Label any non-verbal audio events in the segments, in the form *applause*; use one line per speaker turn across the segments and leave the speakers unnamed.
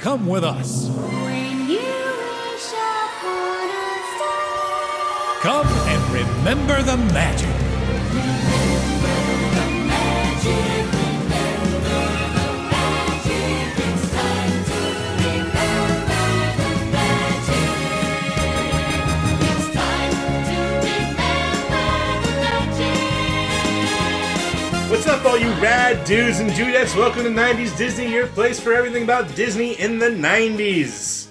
Come with us.
When you wish upon a star,
Come and remember the magic.
magic, remember the magic. It's time to remember the magic. It's time to remember the magic.
What's up, all you rad dudes and dudettes? Welcome to 90s Disney, your place for everything about Disney in the 90s.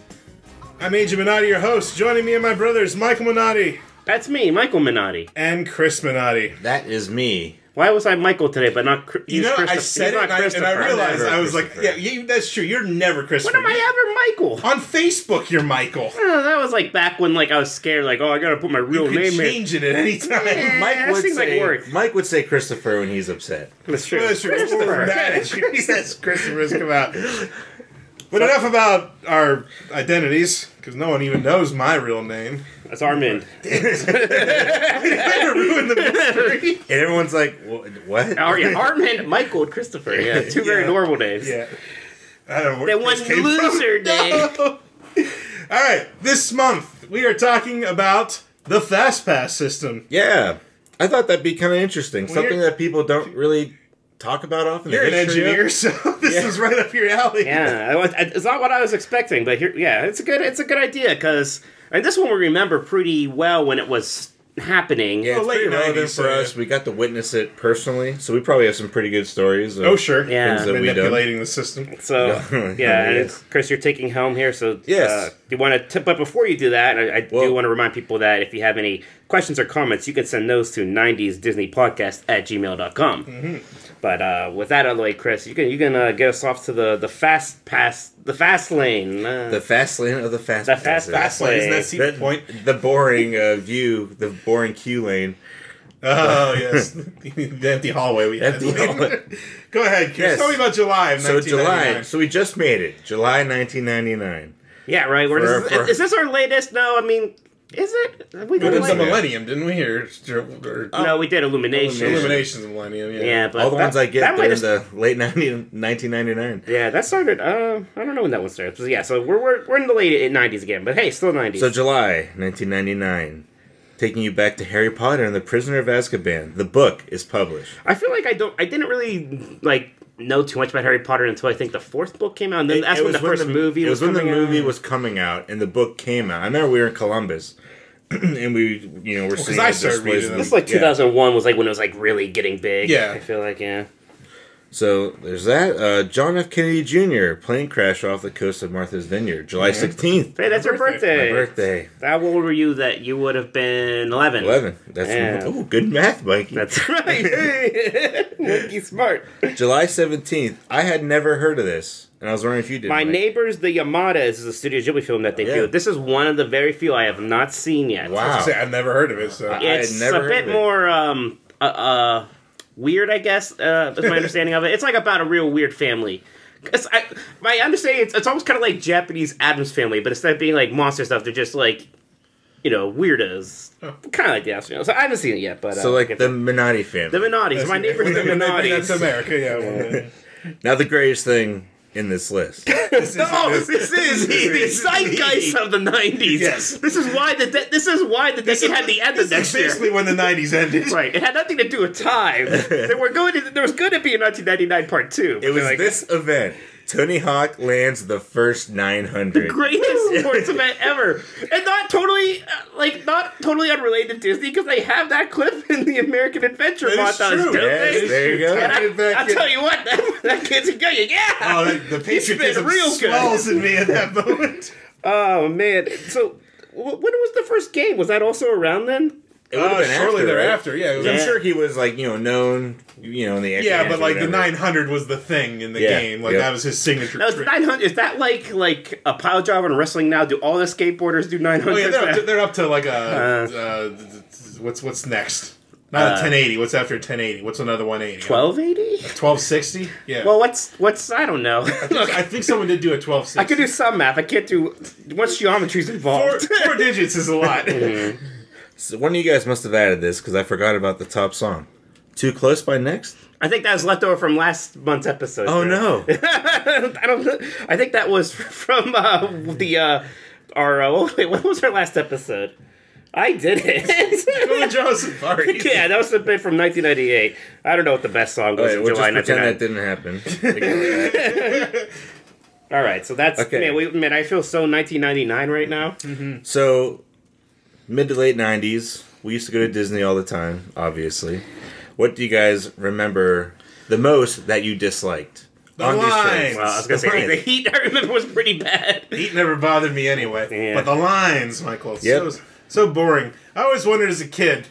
I'm AJ Minotti, your host. Joining me and my brothers, Michael Minotti
That's me, Michael Minotti.
and Chris Minotti.
That is me.
Why was I Michael today, but not? Chris?
You know, I said it and I, and I realized I was like, yeah, you, that's true. You're never
when
Christopher.
am I ever Michael? *laughs*
On Facebook, you're Michael.
Oh, that was like back when like I was scared, like oh, I gotta put my real
You can
name in.
change it at any time.
*laughs* Yeah. that seems like
say,
work.
Mike would say Christopher when he's upset.
That's true.
That's true.
Christopher.
*laughs* That's Christopher's come out. But enough about our identities, because no one even knows my real name.
That's Armand.
ruin the mystery.
And everyone's like, "Wha- what?
Ar- Oh, yeah, Armand, Michael, and Christopher. Yeah, two very
Yeah.
normal names.
Yeah. I don't know where
That one
this came from.
loser day.
*laughs* No. All right, this month we are talking about the Fast Pass system.
Yeah. I thought that'd be kind of interesting. Something
you're-
that people don't really talk about often.
You're an engineer, *laughs* so this
Yeah.
is right up your alley.
Yeah, I was- I- it's not what I was expecting, but here, yeah, it's a good, it's a good idea because, and this one we remember pretty well when it was happening.
Yeah, it's
Well,
pretty
late
relevant
90s,
for
so
us.
yeah.
We got to witness it personally, so we probably have some pretty good stories. Of,
Oh sure.
Yeah.
Things that we don't.
Manipulating the system.
So
No.
yeah, and
Yes.
it's, Chris, you're taking home here. So
Yes.
uh, you want to. tip But before you do that, I, I
Well-
do want to remind people that if you have any questions or comments, you can send those to 90s Disney Podcast at gmail.com. But uh, with that out of the way, Chris, you can you can uh, get us off to the the fast pass, the fast lane. Uh,
The fast lane of the fast.
The fast
passes.
pass lane.
Isn't that
That-
seat
That-
point?
The boring uh, view, the boring queue lane.
Oh
*laughs*
yes, the empty hallway we had.
Empty hallway.
*laughs* Go ahead, Chris.
Yes.
Tell me about July of
So
1999.
July. So we just made it. July 1999.
yeah, right. We're
For-
just,
for-
is this our latest? No, I mean, is it? Have We
But
done
it's the
like-
millennium, didn't we? Or, or,
no, we did Illumination.
Illumination.
Illuminations of millennium. Yeah.
Yeah, but
All the
that-
ones I get
that might
they're in
have
the late 90, 1999.
Yeah, that started. Uh, I don't know when that one started. So yeah, so we're we're, we're in the late nineties again, but hey, still nineties.
So July 1999, taking you back to Harry Potter and the Prisoner of Azkaban. The book is published.
I feel like I don't. I didn't really like know too much about Harry Potter until I think the fourth book came out, and then that's
It
when
was
the first movie.
It was,
was
when the
coming
movie
out.
was coming out and the book came out. I remember we were in Columbus, *clears throat* and we you know we're seeing
I
the
started
displays
reading
of
them.
It's like
yeah.
2001 was like when it was like really getting big.
Yeah.
I feel like yeah.
So there's that. Uh, John F. Kennedy Jr. plane crash off the coast of Martha's Vineyard, July 16th.
Hey, that's your
My
birthday.
birthday,
How old were you that you would have been 11?
11. That's
Yeah.
oh, good math, Mikey.
That's *laughs* right.
*laughs*
Monkey smart.
July 17th. I had never heard of this, and I was wondering if you did.
My
Mike.
neighbors, the Yamadas, is a Studio Ghibli film that they
Oh, Yeah.
do. This is one of the very few I have not seen yet.
I was
Wow.
gonna say, I've never heard of it. So
I had
it's
never
a
heard
bit
of it.
more um uh, uh weird i guess uh is my understanding of it it's like about a real weird family 'Cause I, my understanding it's, it's almost kind of like japanese adams family but instead of being like monster stuff they're just like you know weirdos kind of like the Addams Family. so i haven't seen it yet but
So
uh,
like
if-
the Minotti family.
the Minottis, my neighbors, *laughs* the
That's
Minottis.
America. Yeah. well,
Now the greatest thing in this list.
No, Oh, this is the zeitgeist of the '90s.
Yes.
this is why the de- this is why the decade had the end of
this
*laughs* next
is
year.
basically when the '90s ended.
*laughs* Right. It had nothing to do with time. there were going to, there was going to be a 1999 part two.
It was
like,
this event. Tony Hawk lands the first
*laughs*
900.
greatest sports event ever, and not totally uh, like not totally unrelated to Disney because they have that clip in the American Adventure
That is
montage,
true.
don't
That
they?
is
There you go.
And
Get back
I, I'll
in.
tell you what, *laughs* that, that kid's going, yeah.
Oh, that- the patriotism
real good.
swells in me at that moment.
Oh man, so wh- when was the first game? Was that also around then?
It would've
*laughs* Uh, shortly
right?
thereafter, yeah, it was-
I'm
Yeah.
sure he was like you know known, you know in the
Yeah, but
or
like the
whatever.
900 was the thing in the
Yeah,
game. Like
yep.
that was his signature.
That was
trick.
900. Is that like like a pile driver and wrestling now? Do all the skateboarders do 900?
Oh yeah, they're up to, they're up to like a uh, th- th- what's what's next? Not
Uh.
a 1080. What's after 1080? What's another 180?
1280?
1260? Yeah.
Well, what's what's I don't know. Look,
I think someone did do a 1260.
I could do some math. I can't do what's geometry's
four,
involved. *laughs*
four digits is a lot.
So one of you guys must have added this because I forgot about the top song. Too close by next.
I think that was left over from last month's episode.
Oh
Drew.
no!
*laughs* I don't. know. I think that was from uh, the uh, our. Uh, oh, *laughs* wait, what was our last episode? I did
Billy
it. *laughs*
Joe *laughs* Safari.
yeah, that was a bit from 1998. I don't know what the best song was
Alright,
in
we'll
July
just pretend that
1998.
didn't
*laughs*
happen. *laughs*
All right, so that's
Okay.
man. We, man, I feel so 1999 right now.
so, mid to late '90s, we used to go to Disney all the time. Obviously, what do you guys remember the most that you disliked
The
these
line.
trips?
Well, I was
*laughs*
gonna say the heat. I remember was pretty bad.
Heat never bothered me anyway.
Yeah.
But the lines, Michael,
Yep.
so, so boring. I always wondered as a kid.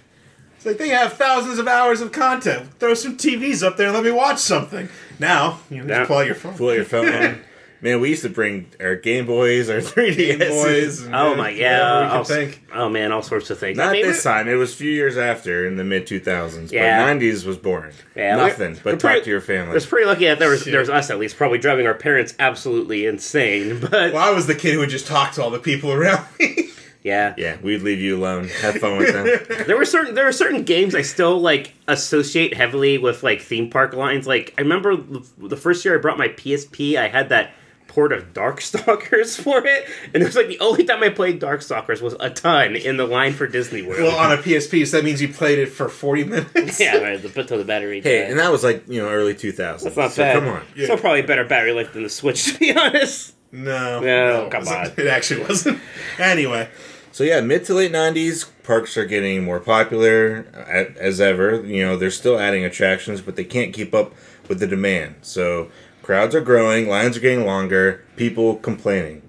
It's like they have thousands of hours of content. Throw some TVs up there and let me watch something. Now, you know,
Now-
just pull out your phone. *laughs*
Pull
*laughs*
your phone. Man, we used to bring our Game Boys, our 3DS.
Boys and-
Oh my
whatever you
yeah.
can
all s-
think.
Oh man, all sorts of things. I
Not
mean,
this
we-
time. It was a few years after, in the mid 2000s.
Yeah.
But 90s was boring.
Yeah, we're-
Nothing
we're
but
pretty-
talk to your
I
family.
was pretty lucky that there was
Shit.
there was us at least probably driving our parents absolutely insane. *laughs* But
Well, I was the kid who would just talk to all the people around me. *laughs*
yeah.
Yeah, we'd leave you alone. Have fun with
*laughs*
them.
there were certain there were certain games I still like associate heavily with like theme park lines. Like I remember the the first year I brought my PSP, I had that port of Darkstalkers *laughs* for it, and it was like the only time I played Darkstalkers was a ton in the line for Disney World.
well, on a PSP, so that means you played it for 40 minutes. *laughs*
*laughs* yeah, right, the until the battery.
hey,
died.
and that was like, you know, early 2000s.
That's not
so
bad.
come on.
Yeah.
Still probably better battery life than the Switch, *laughs* to be honest.
No.
No,
it
come
wasn't. It
on.
actually wasn't. Anyway.
So yeah, mid to late 90s, parks are getting more popular a- as ever. You know, they're still adding attractions, but they can't keep up with the demand. So crowds are growing, lines are getting longer, people complaining.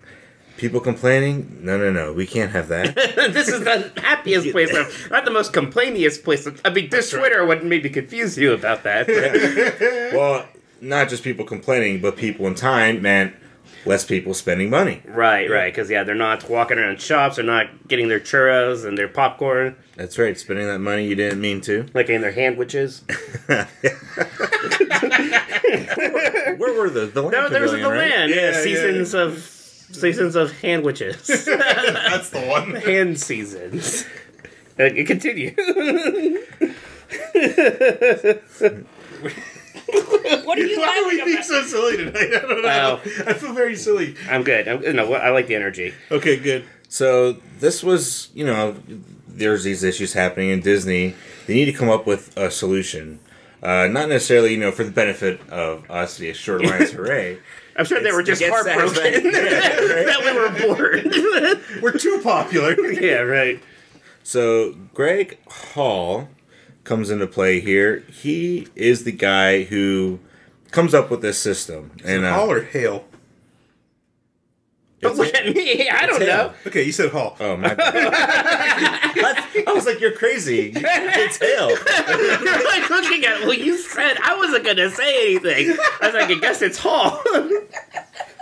People complaining? No, no, no. We can't have
*laughs*
that.
this is the happiest place, I've, not the most complainiest place. I mean, this Twitter would maybe confuse you about that. but-
Well, not just people complaining, but people in time meant less people spending money.
right, right, because yeah, they're not walking around shops, they're not getting their churros and their popcorn,
That's right, spending that money you didn't mean to.
like in their sandwiches.
Where were those? The land
No, there's the
pavilion, right?
land.
Yeah,
Yeah,
yeah,
seasons of seasons of
*laughs*
sandwiches,
That's the one. *laughs*
hand seasons. Uh, It continues. what are you
Why are we
laughing
being
about?
so silly tonight? I don't know.
Wow.
I feel very silly.
*laughs* I'm good. I'm, no, I like the energy.
Okay, good.
So this was, you know, there's these issues happening in Disney. They need to come up with a solution. Uh, not necessarily, you know, for the benefit of us,
*laughs*
the Short Lines Hooray.
I'm sure they were
It's
just
to get
heartbroken *laughs*
satisfaction. Yeah, right?
that we were bored.
We're too popular.
*laughs* yeah, right.
So Greg Hall comes into play here. He is the guy who comes up with this system. And uh,
Hall or Hale?
But look at me. I don't
him.
know.
Okay, you said Hall.
Oh *laughs* my bad. I, I was like, "You're crazy." It's Hale.
You're *laughs* like looking at what you said. I wasn't gonna say anything. I was like, I guess it's Hall. *laughs*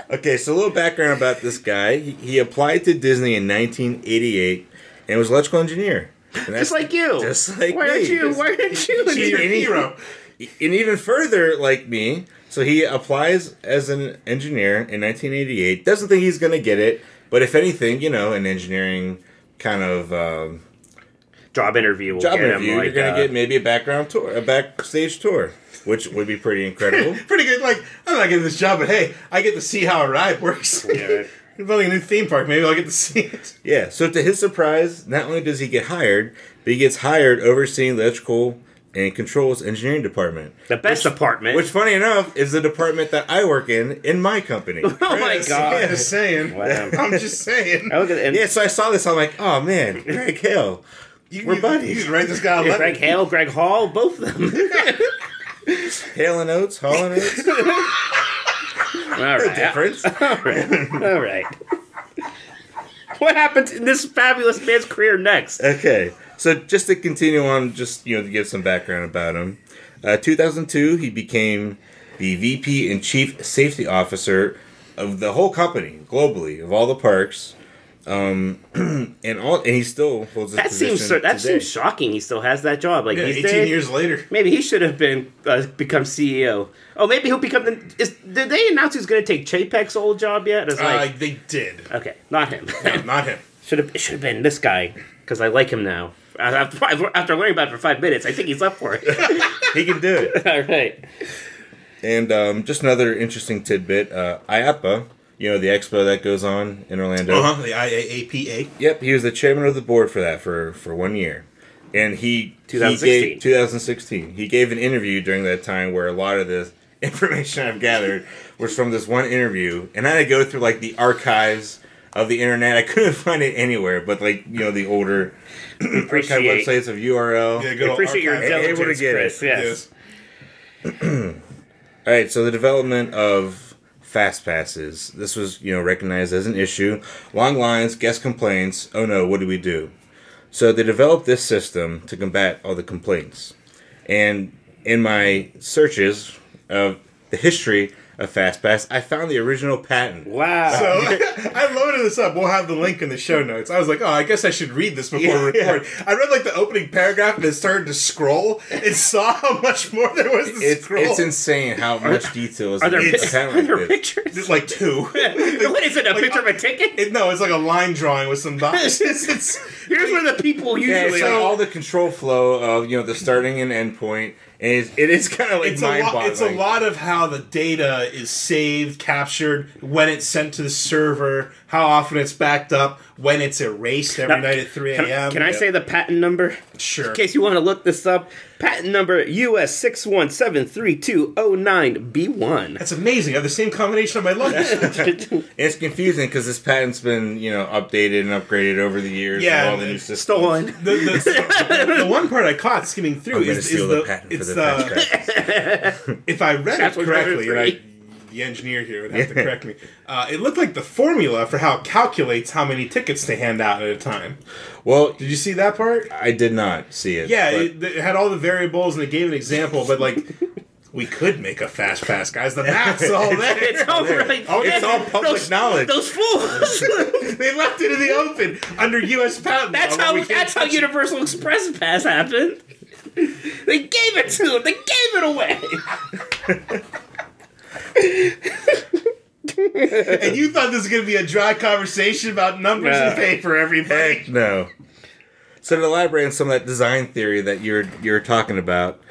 Okay, so a little background about this guy. He, he applied to Disney in 1988 and was electrical engineer. And that's-
just like you.
Just like
why
me.
aren't you? Why aren't you?
She's your
*laughs* and he-
hero.
and even further like me. So he applies as an engineer in 1988. Doesn't think he's gonna get it, but if anything, you know, an engineering kind of um,
*laughs* Job interview. Will
job
get
interview,
Him,
you're
like,
gonna
uh,
get maybe a background tour, a backstage tour, which would be pretty incredible.
*laughs* Pretty good. Like, I'm not getting this job, but hey, I get to see how a ride
*laughs*
works.
*laughs* Yeah, right.
You're building a new theme park. Maybe I'll get to see it.
Yeah, so to his surprise, not only does he get hired, but he gets hired overseeing the electrical and controls engineering department.
The best apartment.
Which, funny enough, is the department that I work in in my company.
*laughs* oh my
I'm
god.
just saying.
Wow.
I'm just saying.
I look at and
yeah, so I saw this, I'm like, oh man, Greg Hill.
You,
We're
you-
buddies.
You can write this guy a letter.
Greg Hale, Greg Hall, both of
*laughs*
them.
Hale and Oates, Hall and Oates.
All right.
Difference.
All right. All right. What happens in this fabulous man's career next?
Okay, so just to continue on, just you know, to give some background about him. Uh, 2002, he became the VP and Chief Safety Officer of the whole company globally of all the parks, um, *clears throat* and all, and he still holds this
That
position
seems so, that
today.
seems *laughs* shocking. He still has that job. Like
Yeah,
these
18
days,
years later.
maybe he should have been uh, become CEO. Oh, maybe he'll become the. Is, did they announce he's going to take Chapek's old job yet? It's
Uh,
like
they did.
okay, not him. *laughs*
No, not him.
should have it should have been this guy because I like him now. After, after learning about it for five minutes, I think he's up for it.
He can do it.
All right.
And um, just another interesting tidbit uh, IAPA, you know, the expo that goes on in Orlando.
Uh huh. The IAAPA.
Yep, he was the chairman of the board for that for, for one year. And he,
2016.
he gave, 2016. He gave an interview during that time where a lot of the *laughs* information I've gathered was from this one interview. And I had to go through like the archives of the internet. I couldn't *laughs* find it anywhere, but like, you know, the older archive
Appreciate,
websites of URL.
Yeah, good old
appreciate your
archive.
Able to
intelligence,
get it.
Chris. Yes.
All right, so the development of fast passes. This was, you know, recognized as an issue. Long lines, guest complaints. Oh no, what do we do? So they developed this system to combat all the complaints. And in my searches of the history of FastPass, I found the original patent.
Wow.
So *laughs* I loaded this up. We'll have the link in the show notes. I was like, oh, I guess I should read this before we
Yeah.
record. I read like the opening paragraph and it started to scroll and *laughs* saw how much more there was to
It's,
scroll.
it's insane how much detail is
are there,
in
pic-
a
are
patent
there
like *laughs* this.
pictures?
It's like two.
what is it? A
Like,
picture
uh,
of a ticket?
It, no, it's like a line drawing with some dots. *laughs* It's- it's-
Here's where the people
Yeah,
usually
it's like
are.
all the control flow of you know the starting and end point, and it's, it is kind of like
it's a
mind
lot.
boggling.
It's a lot of how the data is saved, captured, when it's sent to the server, how often it's backed up, when it's erased every
Now,
night at three
Can,
a.m.
can I say the patent number?
Sure.
In case you want to look this up, patent number US six one seven three two oh nine B one.
That's amazing. I have the same combination on my
*laughs*
lungs.
It's confusing because this patent's been, you know, updated and upgraded over the years.
Yeah,
and all
and
the new
it's
systems.
*laughs* Stolen.
the, the, the one part I caught skimming through
I'm gonna
is,
steal
is
the,
the,
patent for
it's
the
uh,
fast track.
if I read it
That's what
correctly, and
matters to
I, the engineer here would have to correct me. Uh, it looked like the formula for how it calculates how many tickets to hand out at a time.
Well,
Did you see that part?
I did not see it.
Yeah,
but
it, it had all the variables and it gave an example, but like *laughs* we could make a fast pass, guys. The
*laughs*
math's oh, all there.
It's all right.
Oh, it's
Yeah,
all public
those-
knowledge.
Those
*laughs*
fools.
they left it in the open under U.S. patent. law,
that's
but Oh, we
how.
can't
That's how
touch it.
Universal Express Pass happened. They gave it to them. They gave it away.
*laughs*
And you thought this was going to be a dry conversation about numbers and
No.
paper, everybody.
no. So to elaborate on some of that design theory that you're you're talking about,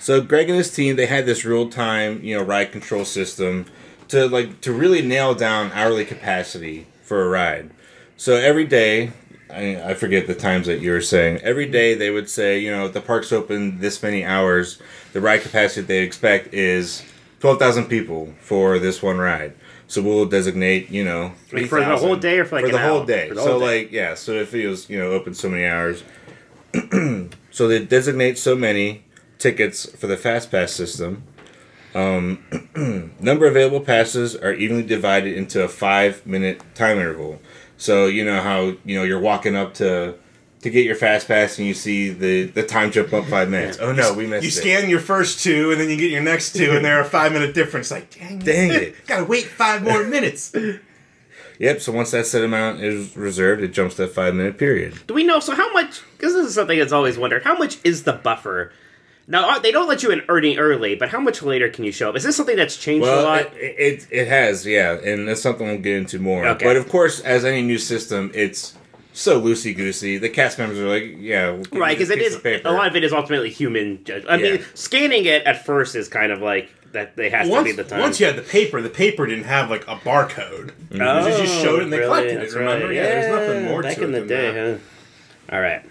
so Greg and his team they had this real time you know ride control system to like to really nail down hourly capacity for a ride. So every day, I, I forget the times that you were saying. Every day they would say you know if the park's open this many hours, the ride capacity they expect is twelve thousand people for this one ride. So we'll designate you know
Like, for the whole
3,000
day or for, like,
for the
an
whole
hour?
day.
For the
so
whole day.
like yeah, so if it was you know open so many hours, *clears throat* so they designate so many tickets for the fast pass system. Um, *clears throat* number of available passes are evenly divided into a five minute time interval. So you know how you know you're walking up to to get your fast pass and you see the the time jump up five minutes. Oh no, we missed
You
it.
scan your first two, and then you get your next two, and they're a five minute difference. Like, dang,
Dang
*laughs*
it.
gotta wait five
*laughs*
more minutes.
Yep. So once that set amount is reserved, it jumps that five minute period.
Do we know? So how much? Because this is something that's always wondered. How much is the buffer? Now uh, they don't let you in early, early, but how much later can you show up? Is this something that's changed a
Well,
lot?
it, it it has, yeah, and that's something we'll get into more.
Okay.
But of course, as any new system, it's so loosey goosey. The cast members are like, yeah, we'll give you
right, because
this
it
piece
is
of paper.
a lot of it is ultimately human. Judge- I mean,
Yeah.
scanning it at first is kind of like that. They has
once,
to be the time.
once you had the paper, the paper didn't have like a barcode.
oh,
They just showed it and they
really?
collected it.
That's
Remember?
right.
Yeah, there's nothing more
back
to
in
it
the
than
day.
that.
Huh? All right.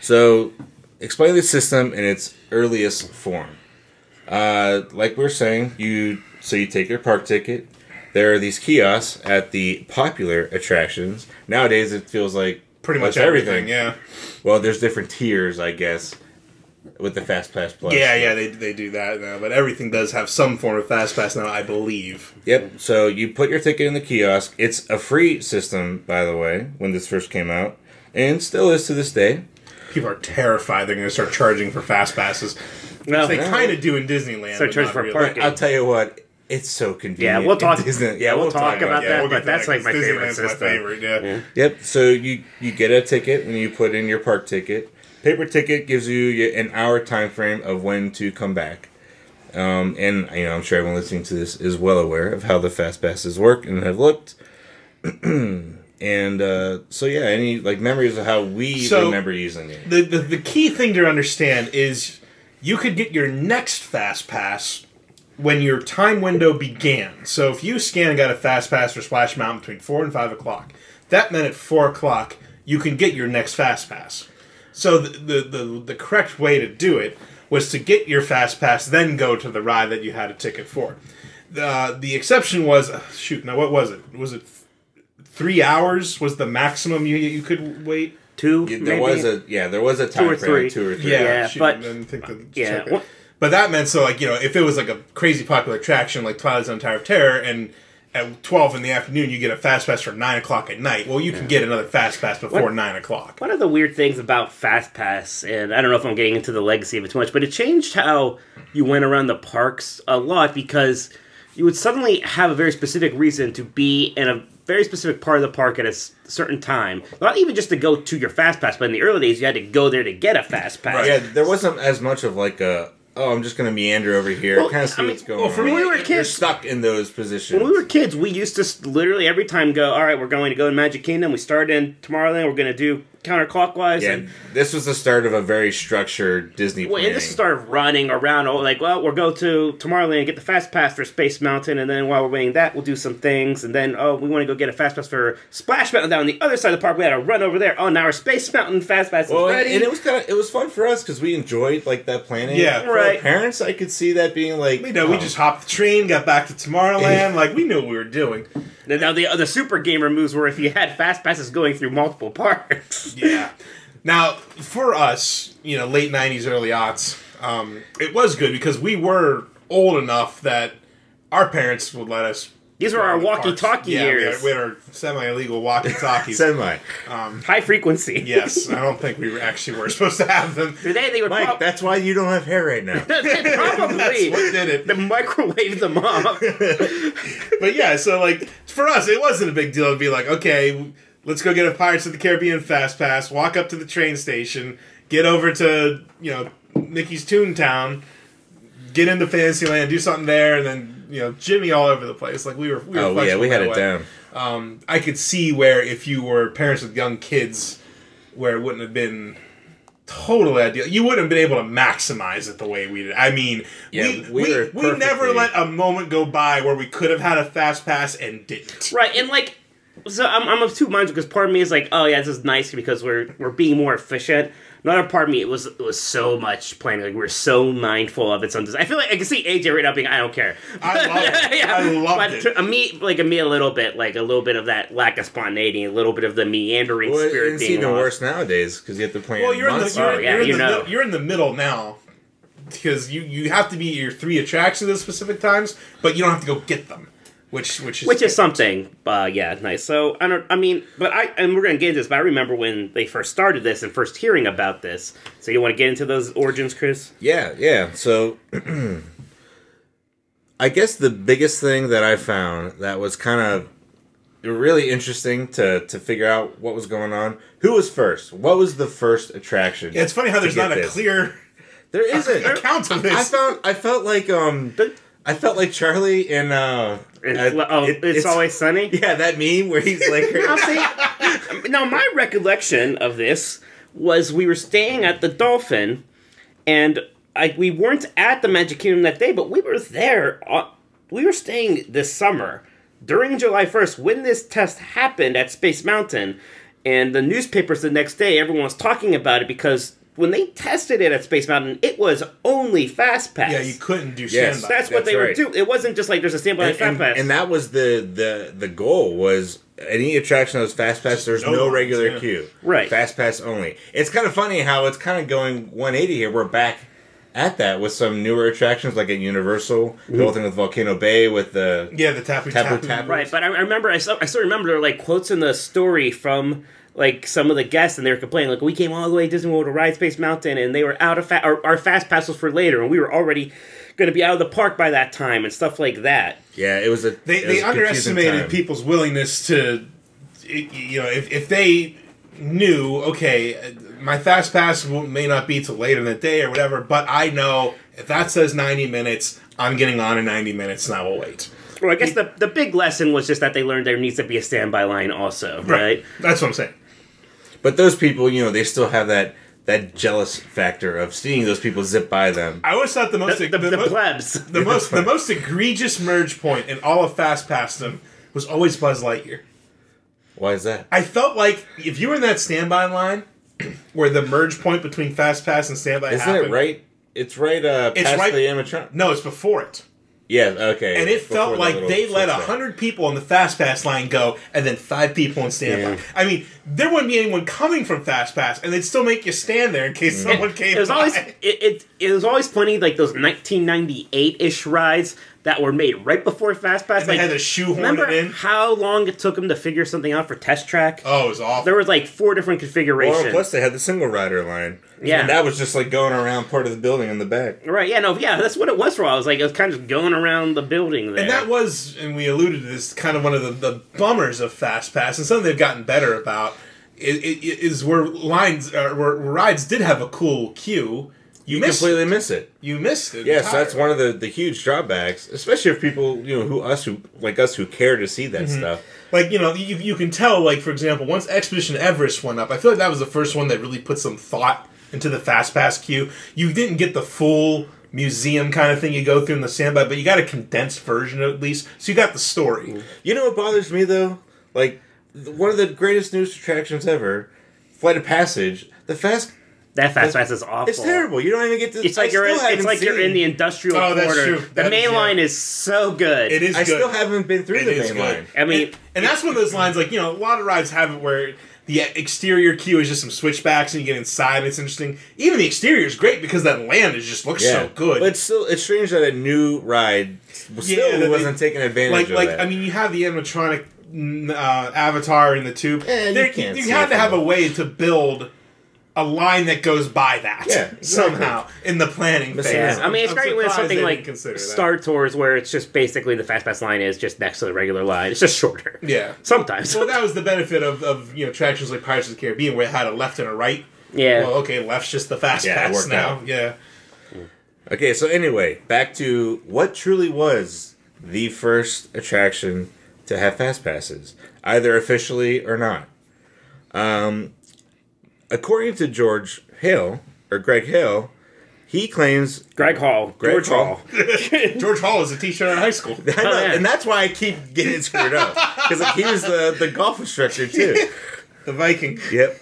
So, explain the system in its earliest form. Uh, like we are saying, you so you take your park ticket. There are these kiosks at the popular attractions. Nowadays, it feels like
Pretty much
almost
everything. Yeah.
Well, there's different tiers, I guess, with the Fast Pass Plus.
Yeah, yeah, they, they do that now, but everything does have some form of fast pass now, I believe.
Yep. So you put your ticket in the kiosk. It's a free system, by the way, when this first came out, and still is to this day.
People are terrified they're going to start charging for fast passes.
Well,
They kind of do in Disneyland.
Oh, Start
but
charging
not
for
really.
parking.
I'll tell you what, it's so
yeah,
convenient.
we'll talk.
It doesn't-
yeah, we'll, talk, about
Yeah,
that.
we'll
but
get to
that's
that,
like my
'cause
favorite
Disneyland's my
system.
favorite, yeah.
Yep. So you you get a ticket when you put in your park ticket. Paper ticket gives you y- an hour time frame of when to come back. Um, and you know, I'm sure everyone listening to this is well aware of how the fast passes work and have looked. *clears throat* and uh, so yeah, any like memories of how we
So-
remember using it.
the, the the key thing to understand is you could get your next fast pass when your time window began. So if you scan and got a fast pass for Splash Mountain between four and five o'clock, that meant at four o'clock you can get your next fast pass. So the the, the the correct way to do it was to get your fast pass, then go to the ride that you had a ticket for. Uh, the exception was uh, shoot. Now what was it? Was it th- three hours? Was the maximum you you could wait?
Two.
Yeah,
maybe?
there was a yeah, there was a time
or
frame,
three.
two or three.
Yeah. but- uh,
I didn't think that-
yeah,
okay.
what-
but that meant so like you know if it was like a crazy popular attraction like Twilight Zone Tower of Terror and at twelve in the afternoon you get a fast pass for nine o'clock at night. Well, you can get another fast pass before
What-
nine o'clock.
One of the weird things about Fast Pass, and I don't know if I'm getting into the legacy of it too much, but it changed how you went around the parks a lot because you would suddenly have a very specific reason to be in a very specific part of the park at a s- certain time. Not even just to go to your Fast Pass, but in the early days, you had to go there to get a Fast Pass.
Yeah, there wasn't as much of like a oh, I'm just gonna meander over here,
Well,
kind of see
I mean,
what's going
well, for
on.
when we were
You're
kids-
stuck in those positions.
When we were kids, we used to s- literally every time go, all right, we're going to go to Magic Kingdom. We start in Tomorrowland. We're going to do counterclockwise.
yeah,
And,
this was the start of a very structured Disney.
well, and
planning.
this started running around, all like, well, we'll go to Tomorrowland, get the fast pass for Space Mountain, and then while we're waiting that, we'll do some things. And then, oh, we want to go get a fast pass for Splash Mountain down on the other side of the park. We had to run over there. Oh, now our Space Mountain fast pass
Well,
is
and,
ready.
and it was kind of it was fun for us because we enjoyed like that planning.
Yeah.
for
Right.
our parents, I could see that being like
You know, we
oh.
just hopped the train, got back to
*laughs*
Tomorrowland. like we knew what we were doing.
And now the other super gamer moves were if you had fast passes going through multiple parks. *laughs*
Yeah. Now, for us, you know, late '90s, early aughts, um, it was good because we were old enough that our parents would let us.
These were our walkie-talkie
Yeah, we had-
years.
We had, our semi-illegal
*laughs*
walkie-talkies.
semi.
High frequency.
yes, I don't think we were actually were supposed to have them.
Today they would
Mike,
prob-
that's why you don't have hair
*laughs*
right now.
*laughs* They probably
What did it?
*laughs* They microwave them up.
But yeah, so like for us, it wasn't a big deal to be like, okay, let's go get a Pirates of the Caribbean fast pass, walk up to the train station, get over to you know Mickey's Toontown, get into Fantasyland, do something there, and then you know Jimmy all over the place. Like we were, we were
oh yeah,
flexible
we had
that
it
way.
down.
I could see where if you were parents with young kids, where it wouldn't have been totally ideal. You wouldn't have been able to maximize it the way we did. I mean,
Yeah,
we,
we
we,
were
we never
perfectly-
let a moment go by where we could have had a fast pass and didn't.
Right, and like, so I'm, I'm of two minds because part of me is like, oh yeah, this is nice because we're we're being more efficient. Another part of me, it was it was so much planning. Like we we're so mindful of it. Sometimes I feel like I can see AJ right now being, I don't care. *laughs*
*laughs*
I loved it. I loved
but
it.
to- A me, like a me, a little bit, like a little bit of that lack of spontaneity, a little bit of the meandering
Well,
spirit
it's
being
even
lost.
worse nowadays because you have to plan.
Well, you're in the
months
you're,
out.
Oh, yeah,
you're in
you
the
know.
mid- you're in the middle now because you you have to be at your three attractions at specific times, but you don't have to go get them, which which is
which is something. Uh, yeah, nice. So I don't. I mean, but I and we're gonna get into this. But I remember when they first started this and first hearing about this. So you want to get into those origins, Chris?
Yeah, yeah. So *clears throat* I guess the biggest thing that I found that was kind of really interesting to to figure out what was going on. Who was first? What was the first attraction?
Yeah, it's funny how
to
there's
get
not a
this?
clear
There isn't.
*laughs* account of this.
I found I felt like um
But-
I felt like Charlie in uh
It's,
uh,
oh,
it-
it's, always *laughs* sunny.
*laughs* yeah that meme where he's
*laughs*
like
Now my recollection of this was we were staying at the Dolphin, and I, we weren't at the Magic Kingdom that day, but we were there. On, we were staying this summer during July first when this test happened at Space Mountain, and the newspapers the next day everyone was talking about it because when they tested it at Space Mountain, it was only Fast Pass.
yeah you couldn't do
Yes.
standby.
That's what
That's
they
right.
were doing. It wasn't just like there's a standby
and,
Fast
and,
Pass,
and that was the the the goal was any attraction that was fast pass there's
no
no,
lines,
regular
yeah.
queue
Right.
fast pass only it's kind of funny how it's kind of going 180 here we're back at that with some newer attractions like at universal
Mm-hmm.
the whole thing with volcano bay with the
yeah, the tapu
Tapu
tapu.
Tapu.
Right, but I, I remember I still, I still remember there were like quotes in the story from like some of the guests, and they were complaining like we came all the way to Disney World to ride Space Mountain, and they were out of fa- our, our fast passes for later, and we were already going to be out of the park by that time and stuff like that.
yeah it was a
They
it was
they
a confusing
underestimated
time.
people's willingness to, y- you know, if if they knew okay, uh, my fast pass will- may not be till later in the day or whatever, but I know if that says ninety minutes, I'm getting on in ninety minutes and I will wait.
Well, I guess the the big lesson was just that they learned there needs to be a standby line also, right?
*laughs* That's what I'm saying.
but those people you know they still have that that jealous factor of seeing those people zip by them.
I always thought the most
The, the, the,
mo- *laughs*
plebs.
the most the most egregious merge point in all of Fast Pastum was always Buzz Lightyear.
Why is that?
I felt like if you were in that standby line *clears throat* where the merge point between Fast Pass and standby
Isn't
happened,
it right? It's right uh,
It's
past
right-
the animatronic.
No, it's before it.
Yeah, okay.
And it
Before
felt
that
like
little
they let a
switch there.
hundred people on the fast pass line go, and then five people on standby.
Yeah.
I mean, there wouldn't be anyone coming from fast pass, and they'd still make you stand there in
Mm.
case someone came.
It was
by.
always it, it, it was always plenty like those 1998-ish rides that were made right before Fast Pass.
they
like,
had to shoehorn
remember
it in.
how long it took them to figure something out for Test Track?
*laughs* oh, it was awful.
There was like four different
Well,
configurations.
and plus they had the single rider line.
Yeah.
And that was just like going around part of the building in the back.
Right, yeah, no, yeah, that's what it was for. I was like, it was kind of just going around the building there.
and that was, and we alluded to this, kind of one of the, the bummers of fast pass, and something they've gotten better about i- i- is where lines, uh, where, where rides did have a cool queue. You,
You
missed
completely miss it.
You missed it.
Yes,
entirely.
that's one of the, the huge drawbacks, especially if people, you know, who us who like us who care to see that stuff.
Like you know, you, you can tell. Like for example, once Expedition Everest went up, I feel like that was the first one that really put some thought into the fast pass queue. You didn't get the full museum kind of thing you go through in the sandbar, but you got a condensed version at least, so you got the story.
You know what bothers me though? Like th- one of the greatest news attractions ever, Flight of Passage. The fast
that Fast Pass is awful.
it's terrible. You don't even get to.
It's like
I
you're in,
still haven't
it's like you're in
seen-
the industrial
Oh, that's
quarter.
true. That
the
is-
main
yeah.
line is so good.
It is.
I
good.
still haven't been through
It
the
is
main
good.
line.
I mean,
and, and that's one of those lines. Like you know, a lot of rides have it where the exterior queue is just some switchbacks, and you get inside. and It's interesting. Even the exterior is great because that land is just looks so good.
But it's still, it's strange that a new ride still
Yeah, that they-
wasn't taking advantage
like
of
like
that.
I mean, you have the animatronic mm, uh, avatar in the tube.
Eh, you
There-
can't
you
see
had
it
to have
from
a way to build a line that goes by that
Yeah,
*laughs*
exactly.
somehow in the planning phase.
Missing out.
I mean, it's
I'm
great when
surprised
something
they
like
didn't consider that.
Star Tours, where it's just basically the Fast Pass line is just next to the regular line. It's just shorter. *laughs*
*laughs*
Yeah.
Sometimes.
Well, that was the benefit of, of you know attractions like Pirates of the Caribbean, where it had a left and a right.
yeah.
Well, okay, left's just the fast
Yeah, it
pass
worked
now.
out.
Yeah.
Okay, so anyway, back to what truly was the first attraction to have fast passes, either officially or not. Um, according to George Hill or Greg Hill, he claims,
Greg Hall.
Greg
George Hall.
Hall.
George Hall was a teacher in high
*laughs*
school.
I know,
man.
and that's why I keep getting it screwed up because like, he was the the golf instructor
*laughs*
too.
The Viking.
yep.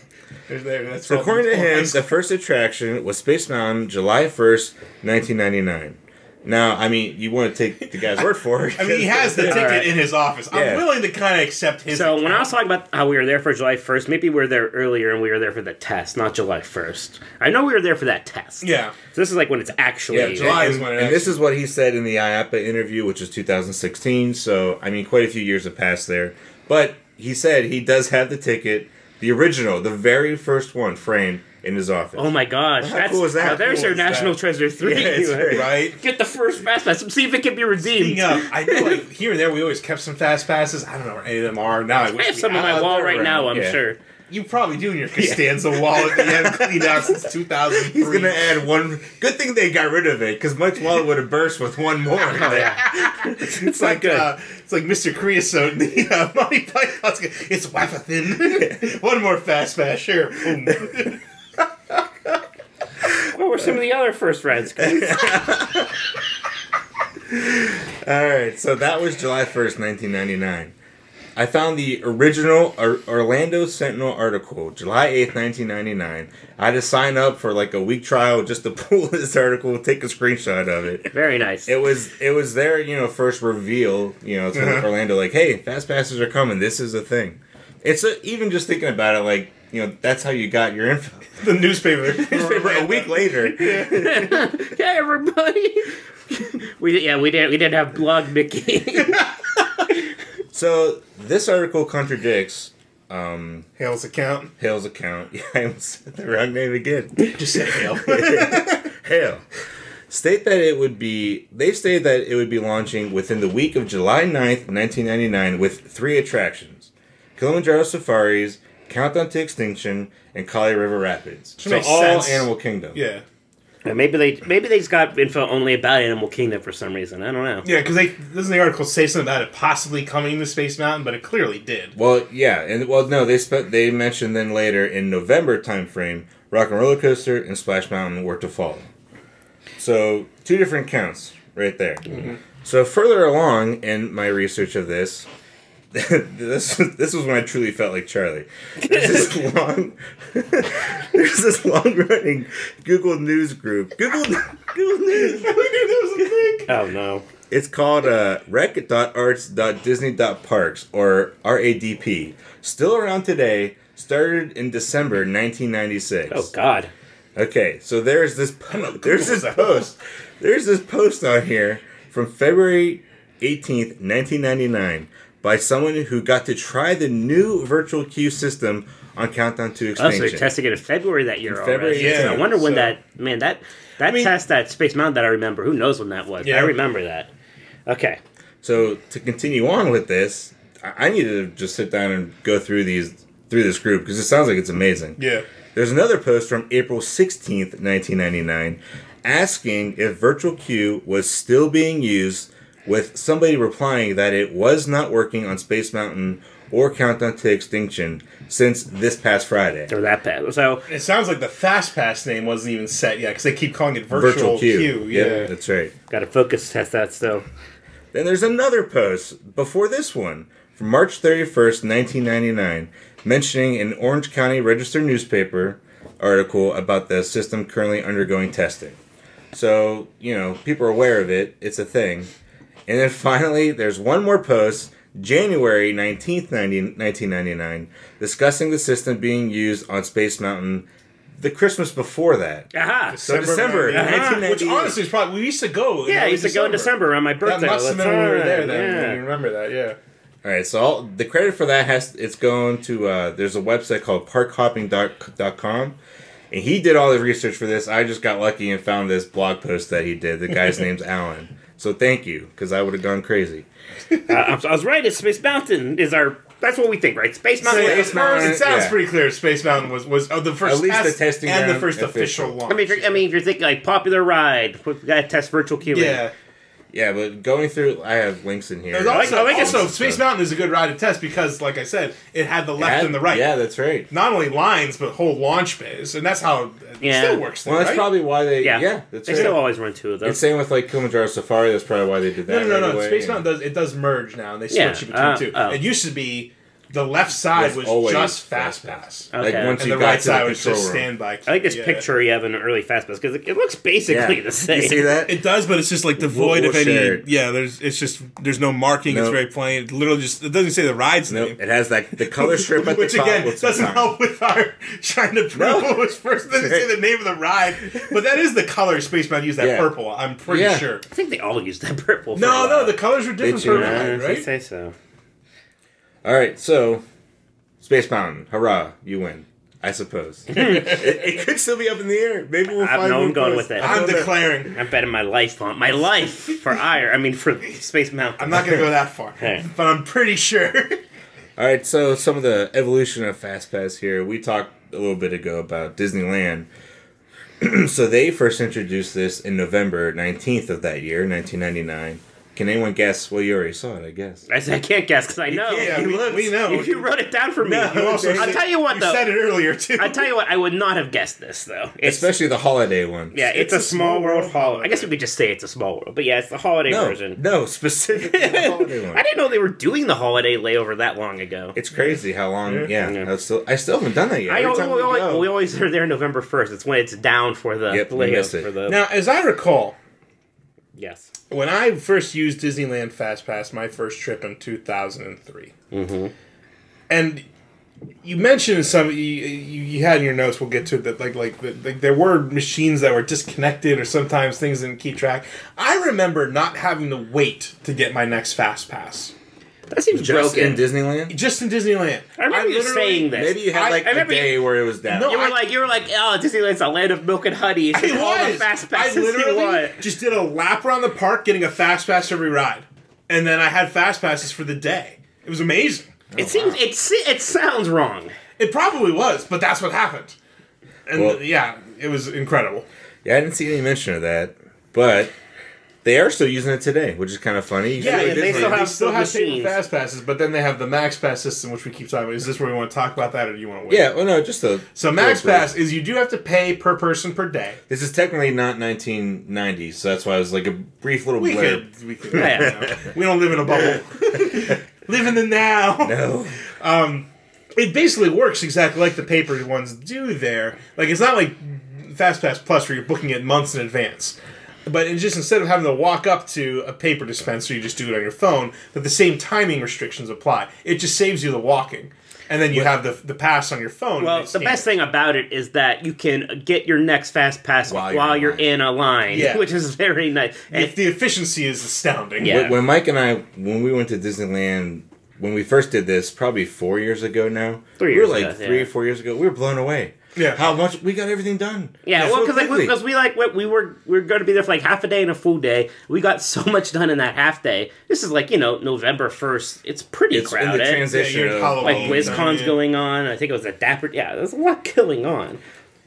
There's there. That's
So
all-
according to
all high
him,
school.
the first attraction was Space Mountain, July first, nineteen ninety nine. Now, I mean, you want to take the guy's word for it.
I
*laughs*
mean, he has the ticket
right.
in his office.
Yeah.
I'm willing to kind of accept his.
So when I was talking about how we were there for July 1st, maybe we were there earlier and we were there for the test, not July 1st. I know we were there for that test.
yeah.
So this is like when it's actually.
Yeah,
July
and,
is when it
and this is what he said in the IAPA interview, which is 2016. So I mean, quite a few years have passed there. But he said he does have the ticket, the original, the very first one, framed in his office.
*laughs*
Oh my gosh.
How
that's,
cool is that?
now there's
Cool
your
is
National
that?
Treasure 3.
Yeah, it's great.
Right.
Get the first Fast Pass. See if it can be
Speaking
redeemed.
of, I know like, here and there we always kept some fast passes. I don't know where any of them are now. I, wish
I have
we
some on
had
my wall
them
right
around.
now, I'm
yeah. *laughs*
sure.
You probably do in *laughs* your Costanza wall at the end cleaned out *laughs* since 2003.
He's gonna add one. Good thing they got rid of it, because Mike's wallet would have burst with one more.
*laughs*
it's like uh, it's like Mr. Creosote *laughs* in the uh, Monty Python. It's wappa thin. *laughs* one more fast pass, sure. Boom.
What Oh, were some of the other first
*laughs*
rides?
*laughs* All right, so that was July 1st, 1999. I found the original Or- Orlando Sentinel article, July 8th, 1999. I had to sign up for like a week trial just to *laughs* pull this article, take a screenshot of it.
Very nice.
It was it was their you know first reveal you know to
Uh-huh.
Orlando like hey fast passes are coming this is a thing. It's a, even just thinking about it like you know that's how you got your info.
*laughs*
*laughs*
the *laughs* newspaper.
a week later,
Hey everybody! *laughs* we yeah we did we did have blog
*laughs*
Mickey.
so this article contradicts
Hale's account.
Hale's account. *laughs* Yeah, I almost said the wrong name again.
Just said Hale.
Hale. State that it would be. They state that it would be launching within the week of July 9th, 1999, with three attractions Kilimanjaro Safaris, Countdown to Extinction, and Kali River Rapids. So all
makes sense.
Animal Kingdom.
*laughs* yeah.
Now, maybe they maybe they just got info only about Animal Kingdom for some reason. I don't know.
Yeah, because they doesn't the article say something about it possibly coming to Space Mountain, but it clearly did.
Well, yeah, and well, no, they spent. They mentioned then later in November timeframe Rock and Roller Coaster, and Splash Mountain were to follow. So, two different counts right there. So, further along in my research of this, *laughs* this this was when I truly felt like Charlie. There's this long *laughs* there's this long running Google News group. Google *laughs* Google News.
Oh no.
It's called uh, rec.arts.disney.parks or RADP. Still around today. Started in December 1996.
Oh god.
Okay, so there's
*laughs*
this po- there's this post there's this post on here from February 18th, 1999 by someone who got to try the new virtual queue system on Countdown to
Oh, so
Extinction.
they're testing it in February that year
February,
already. So
yeah,
I wonder when
so-
that man that that
mean-
test at Space Mountain that I remember. Who knows when that was? but I
Yeah.
remember that. Okay.
So to continue on with this, I I need to just sit down and go through these through this group because it sounds like it's amazing.
Yeah.
There's another post from April 16th, 1999, asking if Virtual Queue was still being used, with somebody replying that it was not working on Space Mountain or Countdown to Extinction since this past Friday.
Or that past. So
It sounds like the fast pass name wasn't even set yet because they keep calling it virtual,
Virtual
queue. Yeah.
Yep, that's right.
got to focus test that still.
Then there's another post before this one from March 31st, 1999, mentioning an Orange County Register newspaper article about the system currently undergoing testing. So, you know, people are aware of it, it's a thing. And then finally, there's one more post, January 19th, 90 1999, discussing the system being used on Space Mountain the Christmas before that.
Aha.
So, December,
yeah. Which
1998.
honestly is probably we used to go.
yeah, I
every
used to go in December around my
That
birthday.
must have
That's
been when we were
right,
there. Then
yeah.
I remember that. Yeah.
All right, so all, the credit for that has it's going to uh, there's a website called parkhopping.com and he did all the research for this. I just got lucky and found this blog post that he did. The guy's name's Alan. So thank you cuz I would have gone crazy.
I, I was right. It's Space Mountain is our. That's what we think, right? Space Mountain.
So,
Space
at
is-
first,
Mountain,
it sounds
yeah.
pretty clear. Space Mountain was was oh, the first
At least the
test
testing
and the
ground
first
official.
official launch.
I mean, if you're, I mean, if you're thinking like popular ride, we got to test virtual queuing.
yeah.
Yeah, but going through I have links in here.
There's also,
I like it.
also Space Mountain is a good ride to test because, like I said, it had the
Yeah,
left and the right.
Yeah, that's right.
Not only lines, but whole launch bays, and that's how it
Yeah.
still works. There,
Well, that's
right?
probably why they
yeah,
yeah, that's
they
right.
still always run two of
and
those.
same with like Kilimanjaro Safari, that's probably why they did
No,
that.
no, no,
right
no.
away.
Space Mountain does it does merge now, and they switch
Yeah,
it between
uh,
two.
oh.
It used to be the left side
Was
was,
always
just
Fast
fast pass,
Okay.
like once
and
you
the
got
right
to
side
the
was
control
just
room.
standby.
Oh. I like this
Yeah.
picture you have in an early fastpass because it, it looks basically
Yeah.
the same.
You see that?
It does, but it's just like devoid
we'll
of any.
share it.
Yeah, there's it's just there's no marking.
No.
It's very plain. It literally just it doesn't say the ride's
Nope,
name.
it has like the color strip at *laughs*
Which
the top.
again
with some
doesn't
time.
help with our *laughs* trying to prove
No.
what was first. It doesn't say the name of the ride, but that is the color Space Mountain used. That
Yeah.
purple, I'm pretty
Yeah.
sure.
I think they all use that *laughs* purple. for
No,
a while.
no, the colors were different
do
for
not.
every ride,
They
right?
Uh, say so.
All right, so Space Mountain, hurrah, you win.
*laughs*
I suppose it, it could still be up in the air. Maybe we'll
I-
find.
no, I'm
one
going
first.
with it.
I don't
I'm
know.
declaring.
I'm betting my life on my life for Ire. I mean for Space Mountain.
I'm not going to go that far,
*laughs* Hey.
but I'm pretty sure.
All right, so some of the evolution of FastPass here. We talked a little bit ago about Disneyland. *clears throat* so they first introduced this in November 19th of that year, 1999. Can anyone guess? Well, you already saw it, I guess.
I, said, I can't guess because I know.
*laughs* Yeah, we, we know.
If you wrote it down for me,
*laughs* You also
I'll
said-
tell you what
you
though.
said it earlier too.
I tell you what, I would not have guessed this though. It's,
Especially the holiday one.
yeah, it's, a, small, world holiday. I guess we could just say it's a small world, but yeah, it's the holiday
no,
version.
no, specifically
*laughs*
the holiday one.
I didn't know they were doing the holiday layover that long ago.
It's crazy how long. Yeah,
Yeah.
I still I still haven't done that yet.
I always,
Every time
we,
we
always,
go-
we always are there November first. It's when it's down for the
Yep, we
layover
missed it.
for the
now, as I recall,
yes.
when I first used Disneyland FastPass, my first trip in 2003, mm-hmm. and you mentioned in some you, you you had in your notes. We'll get to it that like like that like there were machines that were disconnected or sometimes things didn't keep track. I remember not having to wait to get my next FastPass
That seems
just
broken.
in Disneyland.
just in Disneyland.
I remember you
literally-
saying this.
Maybe you had
I-
like
I
a
remember you-
day where it was down.
No,
You were
I-
like, you were like, oh, Disneyland's a land of milk and honey. It's
It
all
was.
the fast passes
I
you
literally
want.
just did a lap around the park, getting a fast pass every ride, and then I had fast passes for the day. It was amazing.
it seems it se- it sounds wrong.
It probably was, but that's what happened. And
Well-
yeah, it was incredible.
yeah, I didn't see any mention of that, but They are still using it today, which is kind of funny.
Yeah,
You see what
yeah, they
Disney-
still have-
They still have paper
machines.
fast passes, but then they have the Max Pass system, which we keep talking about. Is this where we want to talk about that, or do you want to wait?
Yeah, well, no, just the
So Max Pass is you do have to pay per person per day.
This is technically not 1990, so that's why it was like a brief little
We
blurb.
could, we could.
Yeah.
we don't live in a bubble.
*laughs*
live in the now.
No,
It basically works exactly like the paper ones do there. Like it's not like Fast Pass Plus where you're booking it months in advance. But it's just instead of having to walk up to a paper dispenser, you just do it on your phone. But the same timing restrictions apply. It just saves you the walking, and then you have the the pass on your phone. and
Well,
you
the
scan
best
it.
thing about it is that you can get your next fast pass
While
while
you're
you're,
in line.
in a line,
Yeah.
*laughs* which is very nice. And-
the efficiency is astounding.
Yeah.
When- when Mike and I, when we went to Disneyland, when we first did this, probably four years ago now.
Three
we were
years
like
ago,
three
yeah.
or four years ago. We were blown away.
Yeah.
How much we got everything done.
yeah,
so
well, because
quickly.
we like we- we were we were going to be there for like half a day and a full day. We got so much done in that half day. This is like you know November first. It's pretty
it's in the
crowded.
transition.
Yeah, you're
of-
Halloween.
like WizCon's
Yeah.
going on. I think it was a Dapper. Yeah, there's a lot going on.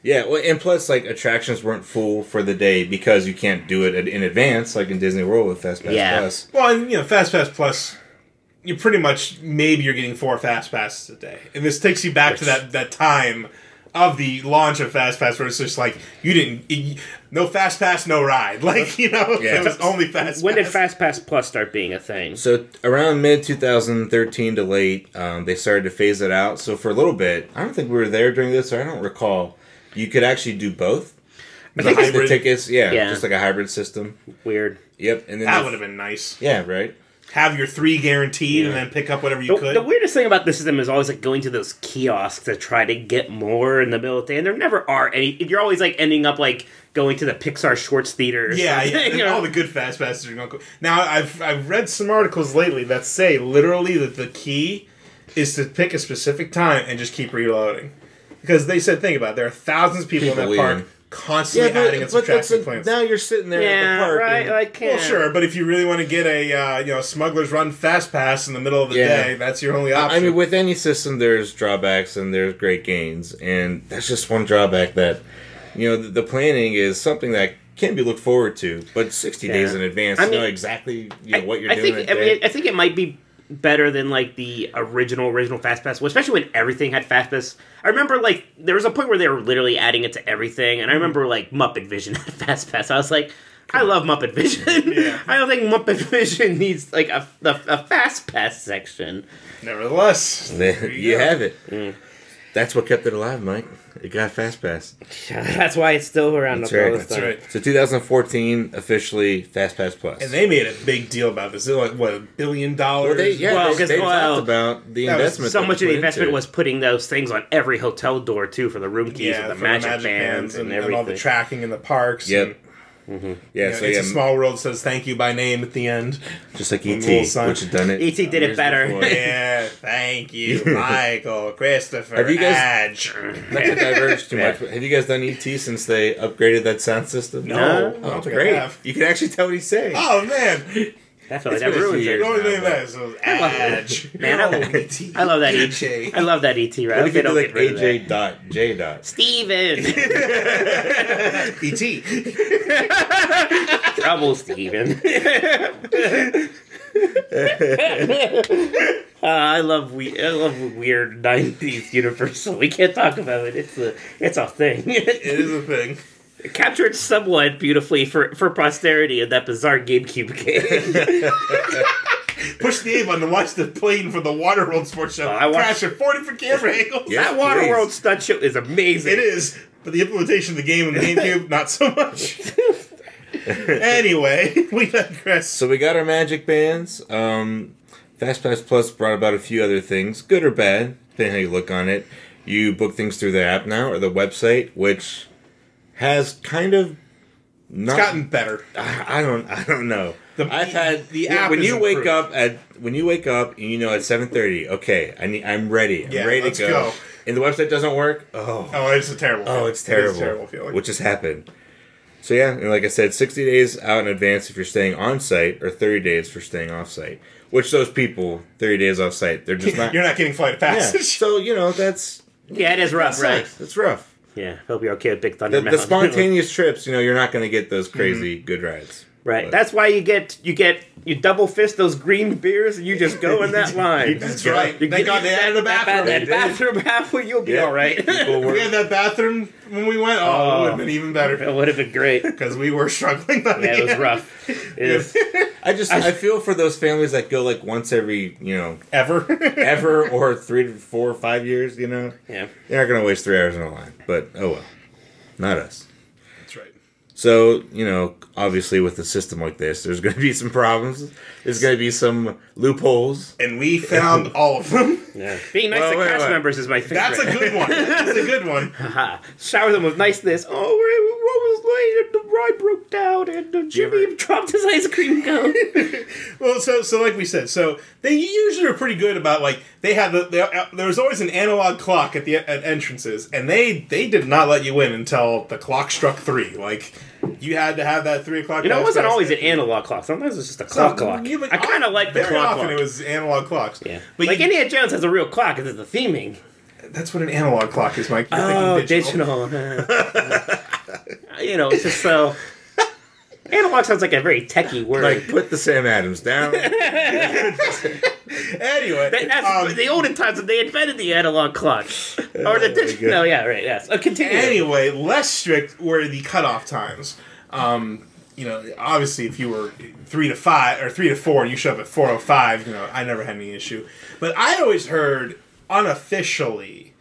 yeah, well, and plus, like attractions weren't full for the day because you can't do it in advance, like in Disney World with Fast Pass
Yeah.
Plus.
Well, and you know, Fast Pass Plus, you pretty much maybe you're getting four Fast Passes a day, and this takes you back to that that time of the launch of Fast Pass where it's just like you didn't you- no Fast Pass, no ride. *laughs* Like you know,
Yeah.
it was only Fast.
When did
Pass.
Fast Pass Plus start being a thing?
So around mid 2013 to late, um, they started to phase it out. So for a little bit, I don't think we were there during this, or I don't recall. You could actually do both. I
think
the
it's-
tickets, yeah,
Yeah.
just like a hybrid system.
Weird.
Yep, and then
that
the-
would have been nice?
yeah, right.
Have your three guaranteed, and then pick up whatever you
The,
could.
the weirdest thing about this system is always like going to those kiosks to try to get more in the middle of the day, and there never are any. You're always like ending up like going to the Pixar Shorts Theater. Or
*laughs* yeah,
something,
yeah.
you know?
all the good fast passes are going. to Now I've I've read some articles lately that say literally that the key is to pick a specific time and just keep reloading, because they said think about it, there are thousands of people, in
People
that park
leaving.
constantly adding and
that's
subtracting
a-
plans.
now you're sitting there at
yeah,
the park.
right.
and-
Like, yeah.
well, sure, but if you really want to get a uh, you know Smuggler's Run fast pass in the middle of the
Yeah.
day, that's your only option.
I mean, with any system, there's drawbacks and there's great gains, and that's just one drawback that you know the, the planning is something that can be looked forward to, but 60 days
Yeah.
in advance,
I
you know
mean-
exactly you know what you're
I
doing.
think.
that
I
day.
mean, I think it might be better than like the original original Fast Pass, well, especially when everything had Fast Pass. I remember like there was a point where they were literally adding it to everything, and
Mm-hmm.
I remember like Muppet Vision *laughs* had Fast Pass. I was like. I love Muppet
*laughs*
Vision. I don't think Muppet *laughs* Vision needs like a, a, a fast pass section.
Nevertheless,
There
there
*laughs* you
go.
have it. That's what kept it alive, Mike. It got fast pass.
That's why it's still around
That's
up all
right.
this
That's
time.
right. So 2014 officially fast pass plus.
And they made a big deal about this. They're like, what, a billion dollars?
well, they, yeah,
Well,
they,
'cause,
they
well,
talked about the
that was
investment.
So
that
much
they
of
put
the investment
into it.
was putting those things on every hotel door too for the room keys
yeah,
and the,
for
magic, bands and, everything.
all the tracking in the parks. and-
Yep. Yeah,
Yeah,
so
it's a
yeah,
small world says thank you by name at the end.
*laughs*
just like ET,
little sign.
which had done it.
ET E did it
years
better. *laughs*
before.
Yeah, thank you, Michael, Christopher,
Have you guys-
Adge.
Not to diverge too much. But have you guys done ET since they upgraded that sound system?
No.
I
Oh,
don't think I
great.
have.
You can actually tell what he's saying.
Oh
*laughs*
man,
Definitely,
It's
that
been a few
ruins
years.
it.
the only
now,
thing
but-
that is was Adge.
*laughs* Man, I love- E
ET.
I love that
*laughs*
AJ.
ET. I love that ET. Right?
What if
They
you do
don't
like
get rid of that.
AJ dot J dot? *laughs*
Steven. E
ET.
Trouble,
*laughs*
Steven. Uh, I love we I love weird '90s Universal. We can't talk about it. It's a it's a thing. *laughs*
It is a thing.
It captured somewhat beautifully for for posterity in that bizarre
*laughs*
GameCube game.
Push the A button to watch the plane for the Waterworld Sports Show.
Oh, I watched-
Crash at forty for camera angles.
Yeah.
That Waterworld
please.
stunt show is amazing.
It is, but the implementation of the game on
*laughs*
the GameCube, not so much. anyway, *laughs* we digress.
So we got our magic bands. Um, Fast Pass Plus brought about a few other things, good or bad, depending how you look on it. You book things through the app now or the website, which has kind of not
It's gotten better.
I I don't. I don't know.
The-
I've had
the
the app.
app
When
is
you wake
improved.
up at when you wake up and you know at seven thirty. Okay, I need. I'm ready. I'm
Yeah,
ready
let's
to go.
go.
And the website doesn't work. Oh,
Oh, it's a terrible.
oh,
feeling.
it's terrible.
It is a terrible feeling. *laughs*
Which has happened. So yeah, and like I said, sixty days out in advance if you're staying on site, or thirty days for staying off site. Which those people, thirty days off site,
*laughs*
they're just not.
You're not getting flight of *laughs*
yeah.
passage.
So you know that's
Yeah, it is rough, right?
It's rough.
Yeah, hope you're okay with Big Thunder
The, the
Mountain.
spontaneous trips, you know, you're not going to get those crazy good rides.
Right.
But-
That's why you get you get you double fist those green beers and you just go
*laughs*
in that line.
That's
Yeah.
right.
You
Thank
get-
God they added a
that-
bathroom.
That,
They
that bathroom halfway, you'll be
Yeah.
*laughs*
all right. *laughs* it
People were-
We had that bathroom when we went. Oh, it would have been even better
would have been great.
because we were struggling. By the
Yeah, it was
end.
rough. It is.
I just I feel for those families that go like once every you know
Ever. *laughs*
ever or three to four or five years. You know
*laughs* Yeah.
they're not gonna waste three hours in a line. But oh well, not us.
That's right.
So you know, obviously, with a system like this, there's *laughs* going to be some problems. There's going to be some loopholes.
And we found all of
*laughs*
them.
Yeah. Being nice
Well,
to
wait,
cast
wait.
members is my favorite.
That's a good one. That's a good one.
Ha. Shower them with niceness. Oh, we- what was late and the ride broke down and the Jimmy
ever-
dropped his ice
*laughs*
cream cone.
Well, so so like we said, so they usually are pretty good about like they had the, the uh, there was always an analog clock at the at entrances, and they they did not let you in until the clock struck three. Like you had to have that three o'clock.
you know, it
pass
wasn't
pass.
always an analog clock. Sometimes it's just a
So,
clock clock.
yeah, but
I kind of
off-
like the
very
clock
often
clock.
It was analog clocks.
yeah.
but
like
you-
Indiana Jones has a real clock. It's the theming.
that's what an analog clock is, Mike. You're thinking
Oh, digital.
*laughs*
you know, it's just so. Analog sounds like a very techie word.
Like put the Sam Adams *laughs* down.
Anyway,
That- that's
um,
the olden times when they invented the analog clock. or the digital.
God.
No, yeah, right, yes. Uh, continue.
anyway, less strict were the cutoff times. Um, you know, obviously, if you were three to five or three to four, and you showed up at four o five, you know, I never had any issue. But I always heard unofficially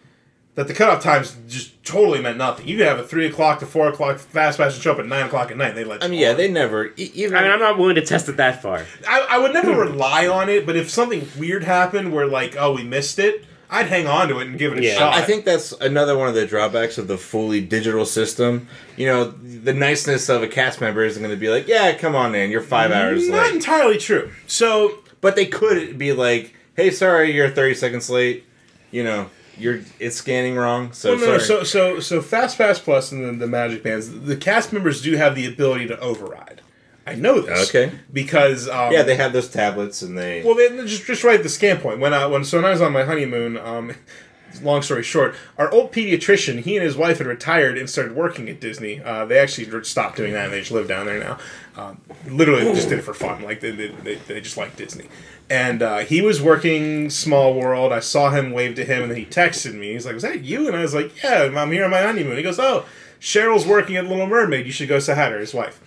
that the cutoff times just totally meant nothing. You could have a three o'clock to four o'clock fast pass and show up at nine o'clock at night. And they let.
I
you
mean, yeah,
on.
they never e- even.
I mean, I'm not willing to test it that far.
I, I would
*clears throat*
never rely on it, but if something weird happened, where like, oh, we missed it, I'd hang on to it and give it a
Yeah.
shot.
I think that's another one of the drawbacks of the fully digital system. You know, the niceness of a cast member isn't going to be like, "Yeah, come on in, you're five hours
not
late."
entirely true. So
But they could be like, "Hey, sorry, you're thirty seconds late. You know, you're it's scanning wrong." So
Well, no, no,
sorry.
so so so Fast Pass Plus and the, the Magic Bands, the cast members do have the ability to override. I know this,
Okay.
because um,
yeah, they have those tablets and they.
well, they, just just right at the scan point when I when so when I was on my honeymoon. Um, *laughs* long story short, our old pediatrician, he and his wife had retired and started working at Disney. Uh, they actually re- stopped doing that and they just live down there now. Um, literally, they just did it for fun. Like they they, they, they just like Disney. And uh, he was working Small World. I saw him wave to him, and then he texted me. He's like, "Was that you?" And I was like, "Yeah, I'm here on my honeymoon." He goes, "Oh, Cheryl's working at Little Mermaid. You should go say hi to her, his wife."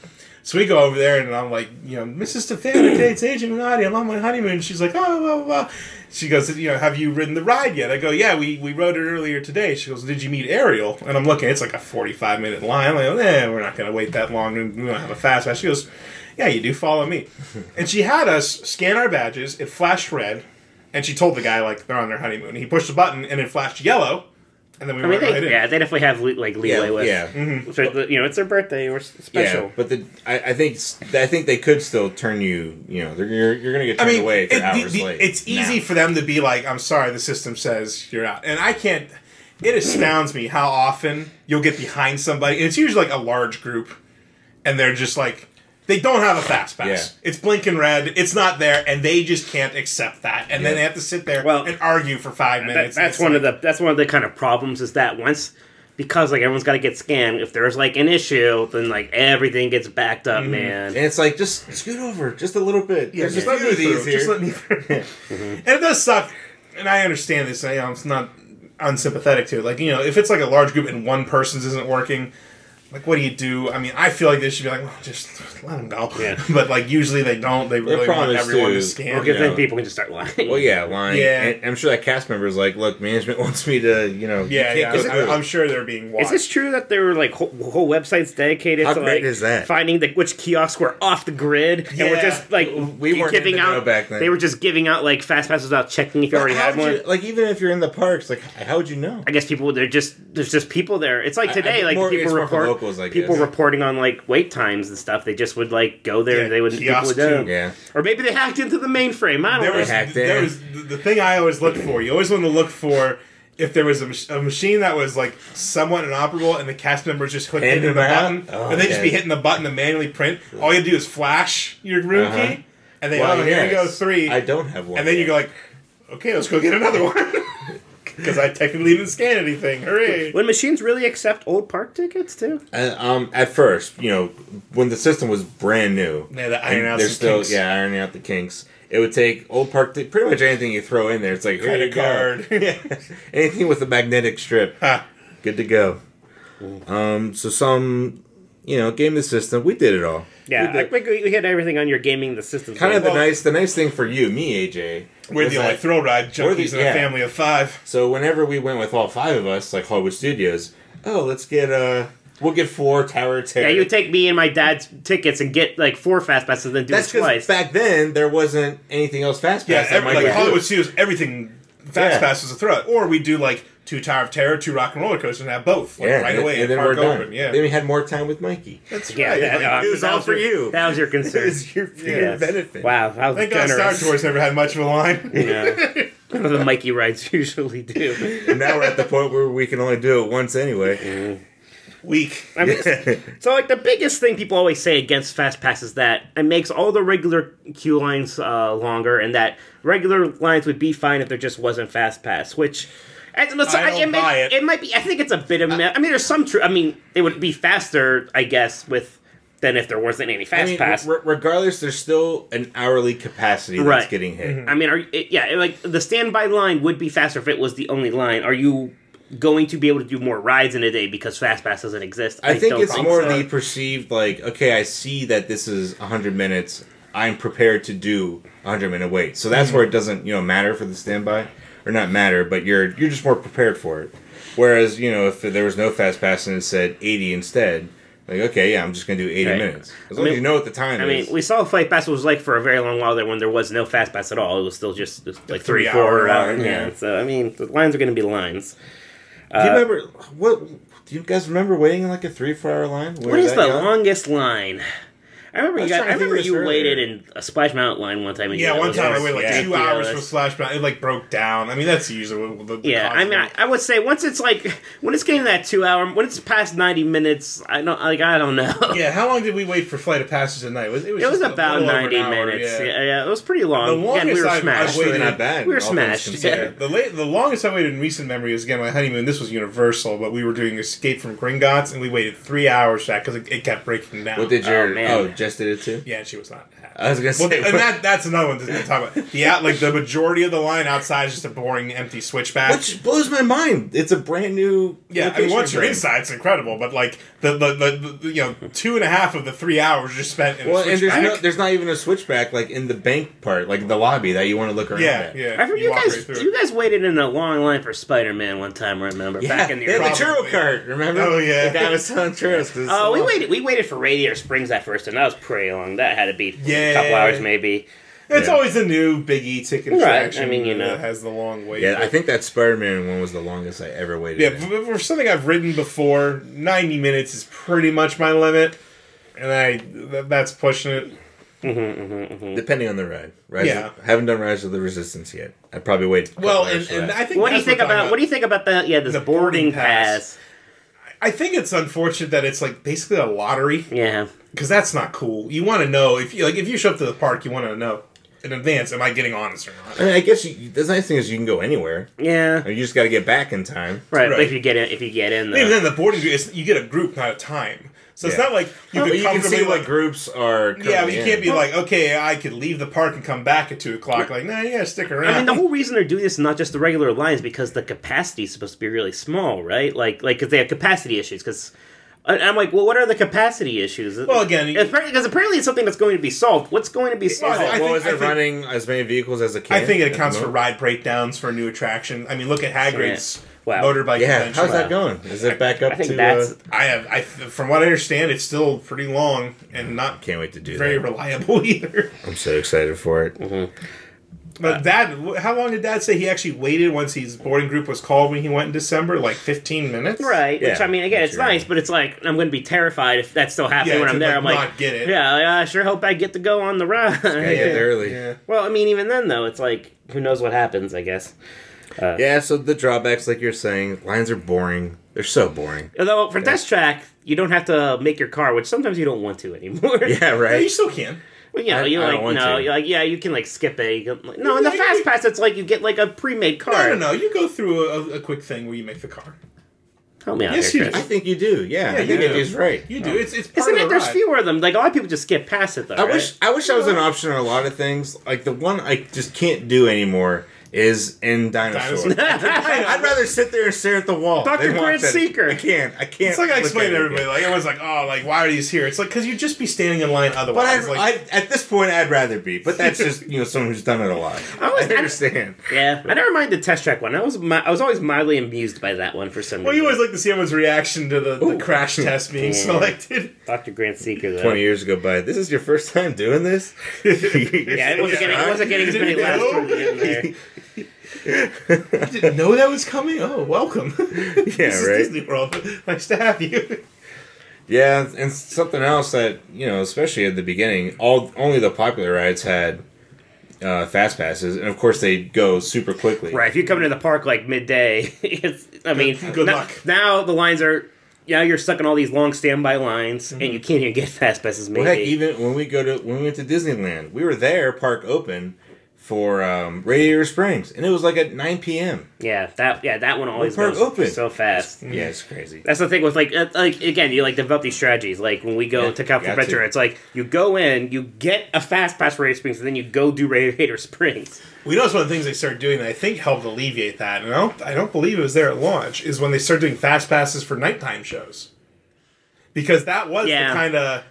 So we go over there, and I'm like, you know, Mrs. Stefani dates Agent Minotti. I'm on my honeymoon. She's like, oh, blah, blah, blah. She goes, you know, have you ridden the ride yet? I go, yeah, we, we rode it earlier today. She goes, did you meet Ariel? And I'm looking, it's like a 45 minute line. I'm like, eh, we're not going to wait that long. We don't have a fast pass. She goes, yeah, you do. Follow me. And she had us scan our badges. It flashed red. And she told the guy, like, they're on their honeymoon. He pushed a button, and it flashed yellow. And then we
I mean,
went right
they,
in.
yeah, they definitely have le- like leeway
yeah,
with. *laughs*
yeah.
So, you know, it's their birthday or s- special.
Yeah, but the I, I think s- I think they could still turn you. You know, they're, you're you're gonna get
I
turned
mean,
away if you're
it- the-
hours
the-
late.
it's easy
now.
for them to be like, "I'm sorry, the system says you're out," and I can't. It astounds me how often you'll get behind somebody, and it's usually like a large group, and they're just like, they don't have a fast pass.
Yeah.
It's blinking red. It's not there, and they just can't accept that, and then
Yeah.
they have to sit there
Well,
and argue for five
That-
minutes.
that's one of the that's one of the kind of problems is that once because like everyone's got to get scanned. If there's like an issue, then like everything gets backed
Mm-hmm.
up, man.
and it's like just scoot over just a little bit.
Yeah,
There's
just
a
let
few
me
of
through.
these
Just
here.
let me
*laughs*
through.
Mm-hmm.
And it does suck, and I understand this. I, I'm not unsympathetic to it. Like you know, if it's like a large group and one person's isn't working, like what do you do? I mean, I feel like they should be like, well, just let them go.
Yeah.
*laughs* But like usually they don't. They really want
promise
everyone to,
to.
scan.
Because then
Yeah.
people can just start lying.
Well, yeah, lying.
Yeah.
And I'm sure that cast member is like, look, management *laughs* wants me to, you know, you
Yeah,
can't
yeah.
go
I,
through.
I'm sure they're being
Is
watched.
this true that there were like whole, whole websites dedicated
How
to
great
like
is that?
finding the, which kiosks were off the grid and
Yeah.
were just like
We weren't in
giving
the know
out
back then.
They were just giving out like fast passes without checking if you already
How
had
would
one.
you- like even if you're in the parks, like how would you know?
I guess people they're just there's just people there. It's like
I-
today,
I-
like
more- it's
people
more for
report
locals, I
people
guess.
reporting on like wait times and stuff. They just would like go there.
Yeah,
and they would people
kiosk
would know.
too.
Yeah.
Or maybe they hacked into the mainframe. I don't
there
know.
was,
hacked
there
in.
was the, the thing I always looked for. You always want to look for if there was a, mach- a machine that was like somewhat inoperable and the cast members just hooked
Hand
into the
them out?
button,
Oh,
and they just
okay.
be hitting the button to manually print. All you do is flash your room
Uh-huh.
key, and they
Well,
oh here you go
yes.
three,
I don't have one.
and then you
yet. *laughs*
go like, okay, let's go get another one. because I technically didn't scan anything. Hooray!
Would machines really accept old park tickets too?
And, um, at first, you know, when the system was brand new,
Yeah, to iron
and
out
they're
some
still
kinks.
yeah ironing out the kinks. It would take old park ti- pretty much anything you throw in there. It's like here you
Credit
go.
card. *laughs*
Yeah. anything with a magnetic strip,
Ha.
good to go. Um, so some, you know, game the system. We did it all.
Yeah,
We
like
did-
we, we hit everything on your gaming the system.
kind of the
Well-
nice the nice thing for you, me, AJ.
We're
was
the only
that-
thrill ride
We're the-
junkies in a
yeah.
family of five.
So whenever we went with all five of us, like Hollywood Studios, oh, let's get uh, we'll get four Tower of Terror.
yeah, you would take me and my dad's tickets and get like four fast passes and then do
That's
it twice.
because back then there wasn't anything else fast
Yeah,
pass. that
every-
might
like
be
Hollywood
good.
Studios, everything fast
Yeah.
pass is a thrill. Or we do like two Tower of Terror, two Rock and Roller Coasters, and have both like,
yeah,
right away
and then
at
we're
Park
done.
Open. Yeah,
Then we had more time
*laughs*
with Mikey.
that's
*laughs* yeah, that,
Like,
uh,
it was
that
all for
your,
you.
That was your
It
concern.
was your, for your
Yes.
benefit.
Wow, that was
Thank God
generous.
Star Tours never had much of a
*laughs*
line.
Yeah.
None of the Mikey rides *laughs* usually do.
and now we're at the point where we can only do it once anyway.
Weak.
I mean, so like the biggest thing people always say against fast pass is that it makes all the regular queue lines uh, longer, and that regular lines would be fine if there just wasn't fast pass, which. I, let's,
I don't
may-
buy it.
might be. I think it's a bit of. I, I mean, there's some true. I mean, it would be faster, I guess, with than if there wasn't any fast
I mean,
pass.
re- regardless, there's still an hourly capacity that's
Right.
getting hit.
Mm-hmm.
I mean, are it, yeah, like the standby line would be faster if it was the only line. Are you going to be able to do more rides in a day because fast pass doesn't exist?
I think
don't
it's more
so.
the perceived like, okay, I see that this is 100 minutes. I'm prepared to do 100 minute wait. So
Mm-hmm.
that's where it doesn't, you know, matter for the standby or not matter, but you're you're just more prepared for it. Whereas, you know, if there was no fast pass and it said 80 instead, like okay, yeah, I'm just going to do 80
Right.
minutes. As
I
long
mean-
as you know what the time
I
is.
mean, we saw flight pass was like for a very long while there when there was no fast pass at all. It was still just just, like three,
three-hour
four hours.
line,
Yeah.
yeah.
So I mean, the lines are going to be lines.
do you remember what do you guys remember waiting in like a 3-4 hour line?
What is the longest line? I remember
I
you.
was
Got,
trying
I
to think
remember
of this
you
earlier.
waited in a Splash Mountain line one time. And you
Yeah,
got
one
those
time I
hours.
waited like
Yeah.
two
Yeah,
hours
that's-
for Flash Mountain. It like broke down. I mean, that's usually what the, the
Yeah,
cause
I mean, I,
of-
I would say once it's like when it's getting that two hour, when it's past ninety minutes, I don't like I don't know. *laughs*
yeah. How long did we wait for Flight of Passage at night? Was, it was,
It was
just a
about
little over an
ninety
hour,
minutes. Yeah. Yeah, it was pretty long.
The
and we
longest
were
I've- I've
smashed.
Actually,
waited-
not bad.
We were
all things
smashed,
considered.
yeah.
The late, the longest I waited in recent memory is again my honeymoon. This was Universal, but we were doing Escape from Gringotts, and we waited three hours back because it, it kept breaking down.
What did your
Oh,
oh,
man.
Jess did it too?
yeah, and she was not happy.
I was going to
Well,
say
and that that's another one to talk about. The out, like the majority of the line outside is just a boring empty switchback.
Which blows my mind. It's a brand new.
yeah, I mean,
location
once you're
brand.
inside, it's incredible. But like the the, the, the you know two and a half of the three hours just spent in
Well,
a
and there's
switchback.
no, there's not even a switchback like in the bank part, like the lobby that you want to look around.
yeah,
at.
yeah.
I remember you,
walk
guys.
right through
you
it.
guys waited in a long line for Spider Man one time. I remember
Yeah,
back in the
they had
early.
the churro
Probably.
cart. Remember?
Oh, yeah.
the guy was selling churros. 'cause it's
Oh,
so
we
long.
waited. We waited for Radiator Springs at first, and that was pretty long. That had to be a
Yeah.
couple hours, maybe.
It's
Yeah.
always the new Big E ticket
Right, I
attraction.
mean, you know.
that has the long wait.
Yeah,
But-
I think that Spider-Man one was the longest I ever waited.
Yeah,
in.
for, for something I've ridden before, ninety minutes is pretty much my limit, and I th- that's pushing it.
depending on the ride. Rise
Yeah.
of- haven't done Rise of the Resistance yet. I probably wait. a couple
Well,
hours
and,
for
and
that.
I think
What do you
that's
think
we're talking
about? What do you think about the yeah this
The
boarding,
boarding
pass?
pass. I think it's unfortunate that it's like basically a lottery
Yeah,
because that's not cool. You want to know if you like if you show up to the park, you want to know in advance, am I getting on this or
I
not?
mean, I guess you, the nice thing is you can go anywhere.
yeah,
I mean, You just got to get back in time.
right. But
Right.
if you get in, if you get in,
Even
though.
then, the boarding group is you get a group, not a time. So it's
Yeah.
not like you
But
could
you can
comfortably
see what
like.
groups are.
Yeah, but
currently
you
in.
can't be like, okay, I could leave the park and come back at two o'clock. Like, nah, yeah, stick around.
I mean, the whole reason they're doing this is not just the regular lines because the capacity is supposed to be really small, right? Like, like because they have capacity issues. Because I'm like, well, what are the capacity issues?
Well, again, you-
because apparently it's something that's going to be solved. What's going to be
Well,
solved?
I think-
well, is
I
it
think-
running as many vehicles as it can?
I think
at
it
the
accounts for
moment?
ride breakdowns for a new attraction. I mean, look at Hagrid's
Yeah. Wow.
motorbike
Yeah,
convention.
how's that going? Is it back
I
up
think
to?
that's
uh,
I have, I from what I understand, it's still pretty long and not
can't wait to do
very
that.
reliable *laughs* either.
I'm so excited for it. Uh,
But Dad, how long did Dad say he actually waited once his boarding group was called when he went in December? Like fifteen minutes,
right. Which
Yeah.
I mean, again, it's
Sure.
nice, but it's like I'm going to be terrified if that's still happening
Yeah,
when
to,
I'm there.
like,
I'm like,
not get it.
yeah, I- I sure hope I get to go on the ride. *laughs*
Yeah, yeah, early. Yeah.
Yeah.
Well, I mean, even then though, it's like who knows what happens. I guess.
so the drawbacks, like you're saying, lines are boring. They're so boring. *laughs*
Although for test track, you don't have to make your car, which sometimes you don't want to anymore.
Yeah,
*laughs* Yeah, you
right.
still can.
*laughs* Well, yeah,
I-
you
I don't
like
want
no,
to.
you're like yeah, you can like skip it. You can, like, no, in the
Yeah,
fast
you-
pass, it's like you get like a pre-made
No,
card.
no, no. You go through a, a quick thing where you make the car.
Help me out
Yes,
here,
you
Chris.
I think you do. Yeah, I
you
think
do.
it is right. Oh.
You do. It's it's part
Isn't
of the
it? There's
ride.
fewer of them. Like a lot of people just skip past it though.
I
right?
wish I wish that was an option on a lot of things. Like the one I just can't do anymore is in dinosaur.
Dinosaur. *laughs*
*laughs* I'd rather sit there and stare at the wall.
Dr.
than watch
Grant
that.
Seeker.
I can't. I can't.
It's like I
look
explained
at
to
it
everybody.
again.
Like everyone's like, "Oh, like why are these here?" It's like because you'd just be standing in line
But
otherwise.
I'd,
like,
i at this point, I'd rather be. But that's just you know someone who's done it a lot. I,
always- *laughs* I-
understand.
yeah, I never mind the test track one. I was mi- I was always mildly amused by that one for some reason.
well, you always like to see everyone's reaction to the, the
Ooh. *laughs*
crash test being
Yeah.
selected.
Dr. Grant Seeker though.
Twenty years ago, by this is your first time
*laughs*
doing this. yeah,
Yeah, it wasn't getting it wasn't getting as many
Didn't
laughs
know.
from *laughs* getting there.
I didn't know that was coming. Oh, welcome. *laughs* this
right.
is Disney World. *laughs* Nice to have you.
Yeah, and something else that you know, especially at the beginning, all only the popular rides had uh, fast passes, and of course they go super quickly.
Right, if you come into the park like midday, *laughs* it's, I mean,
good
now,
luck.
Now the lines are, now you're stuck in all these long standby lines, and you can't even get *laughs* fast passes made.
Mm-hmm. Well, heck, even when we go to when we went to Disneyland, we were there, park open, for um, Radiator Springs, and it was like at nine p.m.
yeah, that yeah that one always
park
goes
open.
so fast.
Yeah, it's crazy.
That's the thing with like uh, like again, you like develop these strategies. Like when we go
Yeah,
to California
got to.
Adventure, it's like you go in, you get a fast pass for Radiator Springs, and then you go do Radiator Springs.
We know it's one of the things they started doing that I think helped alleviate that, and I don't, I don't believe it was there at launch, is when they started doing fast passes for nighttime shows. Because that was
Yeah.
the kind of.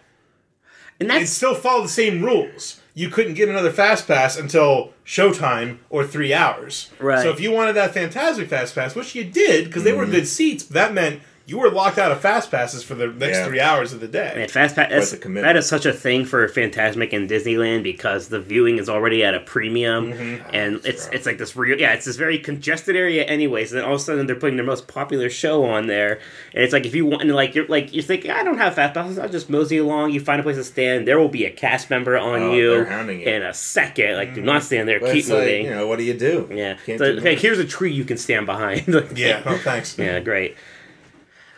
And
It
that's
still followed the same rules. You couldn't get another fast pass until showtime or three hours.
Right.
So if you wanted that Fantasmic fast pass, which you did because they were
Mm-hmm.
good seats, that meant you were locked out of fast passes for the next
Yeah.
three hours of the day.
Man, Fast Pass, that's,
the commitment.
that is such a thing for Fantasmic and Disneyland because the viewing is already at a premium,
Mm-hmm.
and it's it's like this real yeah, it's this very congested area anyway. So then all of a sudden they're putting their most popular show on there, and it's like if you want and like you're like you're thinking I don't have Fast Passes, I'll just mosey along. You find a place to stand. There will be a cast member on
Oh,
you
they're hounding you.
in a second. Like do not stand there,
But
keep
it's like,
moving.
you know, what do you do?
yeah,
Can't
So,
do
okay,
nothing.
here's a tree you can stand behind. *laughs* Like,
*laughs* yeah. Oh, thanks.
*laughs* yeah, great.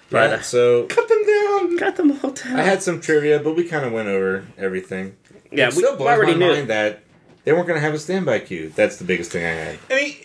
But
Yeah, so
Cut them down.
uh, got them all down.
I had some trivia, but we kind of went over everything.
yeah,
it
we,
still
we
blows
already
my
knew.
mind that they weren't going to have a standby queue. That's the biggest thing I had.
I mean.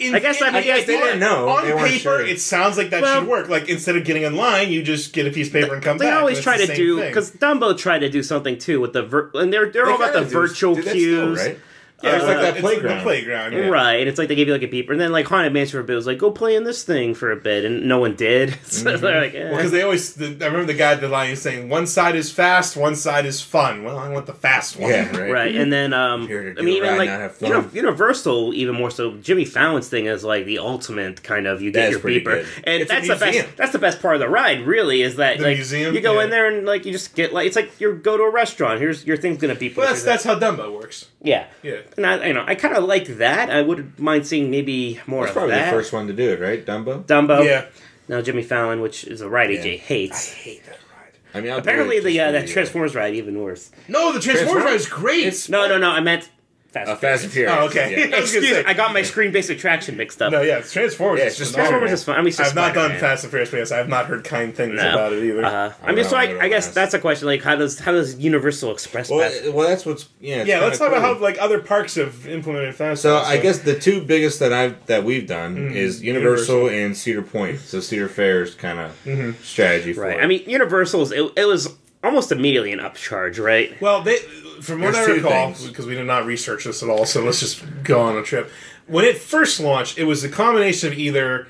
in-
I guess that-
in-
I guess they
on-
didn't know.
On
They weren't
paper,
sure.
it sounds like that
Well-
should work. Like instead of getting in line, you just get a piece of paper and come
They
back.
always
It's
try
the
to
same
do
thing.
because Dumbo tried to do something too with the vir- and they're they're all about the
kinda do-
virtual
do that still,
cues,
right?
yeah,
it's like that
Uh, it's
playground.
The playground.
right?
Yeah.
And it's like they gave you like a beeper, and then like Haunted Mansion for a bit was like go play in this thing for a bit, and no one did. *laughs* so they're like, eh.
Because Mm-hmm. they always, the, I remember the guy at the line saying, "One side is fast, one side is fun." Well, I want the fast one.
*laughs*
Yeah, right.
right? And then um,
Here
I
to do
mean
a
even
ride,
like
not have
you know,
fun.
Universal even more so. Jimmy Fallon's thing is like the ultimate kind of you get
That's
your
pretty
beeper,
good.
and
It's a
that's the
museum.
best. That's the best part of the ride, really, is that
The
like
museum,
you go
yeah.
in there and like you just get like it's like you go to a restaurant. Here's your thing's gonna beep.
Well,
us.
that's that's how Dumbo works.
Yeah.
Yeah.
And I, you know, I kind of like that. I would mind seeing maybe more
That's
of
probably
that.
the first one to do it, right? Dumbo.
Dumbo.
Yeah.
Now Jimmy Fallon, which is a ride AJ hates.
hate that ride.
I mean, I'll do
Apparently,
it
the
just
uh,
for
that Transformers ride even worse.
No, the Transformers
Transform-
ride is great.
It's-
No, no, no. I meant Fast.
Uh, Fast and Furious.
oh, okay.
*laughs*
Yeah.
I was gonna
Excuse me.
say-
I got my screen-based attraction mixed up.
no, yeah, it's Transformers.
Yeah,
is
it's just
phenomenal.
Transformers is fun. I mean, it's just
I've not done
Spider-Man.
Fast and Furious, but yes, I've not heard kind things
No.
about it either.
Uh, I mean, so
know,
I, I
I
guess
don't
that's a question. Like, how does how does Universal Express
Well,
Pass?
uh, well, that's what's yeah. it's
yeah, let's talk
kinda
about
cool.
how like other parks have implemented Fast.
So
Pass,
I guess the two biggest that I've that we've done
Mm-hmm.
is Universal, and Cedar Point. So Cedar Fair's kind of strategy for
Mm-hmm. Right.
it.
I mean, Universal's it, it was almost immediately an upcharge, right?
Well, they, from what
There's
I
two
recall,
things.
because we did not research this at all, so let's just go on a trip. When it first launched, it was a combination of either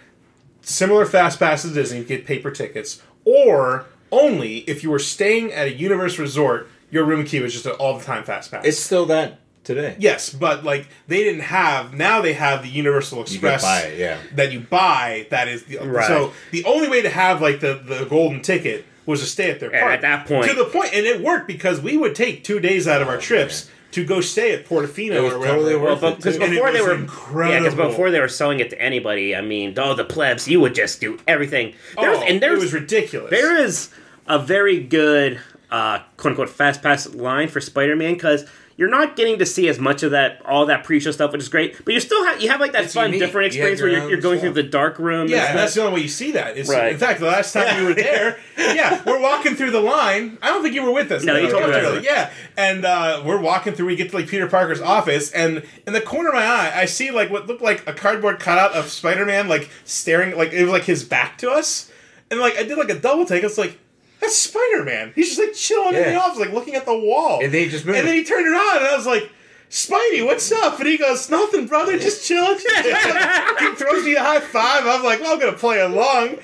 similar fast passes to Disney, you get paper tickets, or only if you were staying at a Universe resort, your room key was just an all the time fast pass.
it's still that today.
yes, but like they didn't have now they have the Universal
you can
Express
buy it. Yeah.
that you buy. That is the
Right.
so the only way to have like the the golden ticket was to stay at their
And
park.
at that point-
to the point, and it worked because we would take two days out of our trips to go stay at Portofino
Oh, It was
or whatever.
totally worth
Well,
it,
because
too.
And it
before they
was
were
incredible.
yeah, because before they were selling it to anybody, I mean, oh, the plebs, you would just do everything. There's,
Oh,
and there's
it was ridiculous.
there is a very good uh, quote unquote fast pass line for Spider Man because you're not getting to see as much of that all that pre-show stuff, which is great. But you still have you have like that
It's
fun,
unique.
different
You have
experience
your
where you're,
own
you're going
stuff.
through the dark room.
Yeah,
and
and that's
stuff.
the only way you see that. Is
Right.
in fact the last time we were
*laughs*
there. Yeah, we're walking through the line. I don't think you were with us.
No, you told me
Yeah,
that.
Yeah, and uh, we're walking through. We get to like Peter Parker's office, and in the corner of my eye, I see like what looked like a cardboard cutout of Spider Man, like staring, like it was like his back to us, and like I did like a double take. I was like. That's Spider Man. He's just like chilling in
Yeah.
the office, like looking at the wall.
And then he just moved.
And then he turned around, and I was like, "Spidey, what's up?" And he goes, "Nothing, brother. Just chilling." he throws me a high five. I'm like, well, "I'm gonna play along."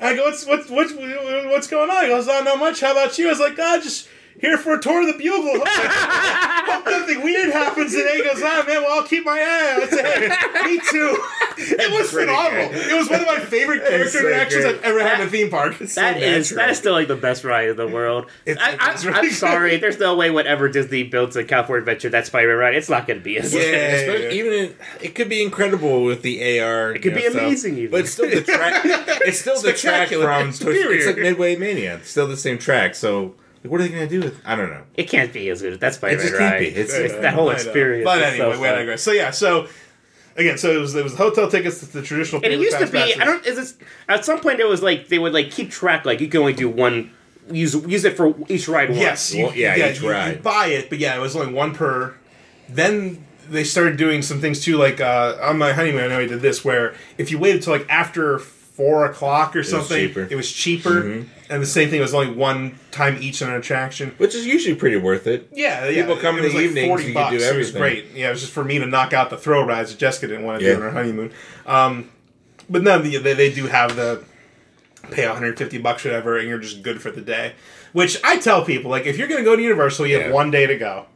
I go, "What's what's what's what's going on?" He goes, "Oh, not much. How about you?" I was like, "Ah, just here for a tour of the bugle." *laughs* Hope nothing weird happens today. He goes, "Ah, man. Well, I'll keep my eye out." I said, "Hey, me
*laughs*
too." it was
Pretty
phenomenal.
good.
It was one of my favorite character
so
interactions
good.
I've ever had in a theme park.
That is
natural.
that is still like the best ride in
*laughs*
the world.
It's
I,
the
I,
best
I'm
ride.
sorry, there's no way whatever Disney builds a California Adventure that Spider-Man ride, it's not going to be *laughs* as
Yeah,
Yeah, yeah,
especially-
yeah.
even in, it could be incredible with the AR. It
could be amazing even.
but it's still the track. it's still the track
Spectacular.
from. Toy- It's like
Superior.
Midway Mania. It's still the same track. So like, what are they gonna do with? I don't know.
It can't be as good as that
It
Spider-Man
just
ride.
can't be. It's,
It's that whole
I know.
experience.
But
is so
anyway, we
fun.
digress. So yeah, so again, so it was it was hotel tickets, the traditional.
And it
paper
used to
fast
be. I
passes.
don't. Is this, at some point it was like they would like keep track. Like you can only do one. Use use it for each ride. Once.
Yes,
Well, yeah, each
you, you
ride.
buy it, but yeah, it was only one per. Then they started doing some things too, like uh, on my honeymoon. I know I did this, where if you waited till like after four o'clock or something,
cheaper.
it was cheaper, and the same thing it was only one time each on an attraction.
which is usually pretty worth it.
Yeah, yeah,
People come
it
in
was
the evenings, you can do
It was
everything.
great. Yeah, it was just for me to knock out the thrill rides that Jessica didn't want to
Yeah.
do on her honeymoon. Um, but no, they, they they do have the pay 150 bucks or whatever, and you're just good for the day. Which I tell people, like, if you're going to go to Universal, you
Yeah.
have one day to go.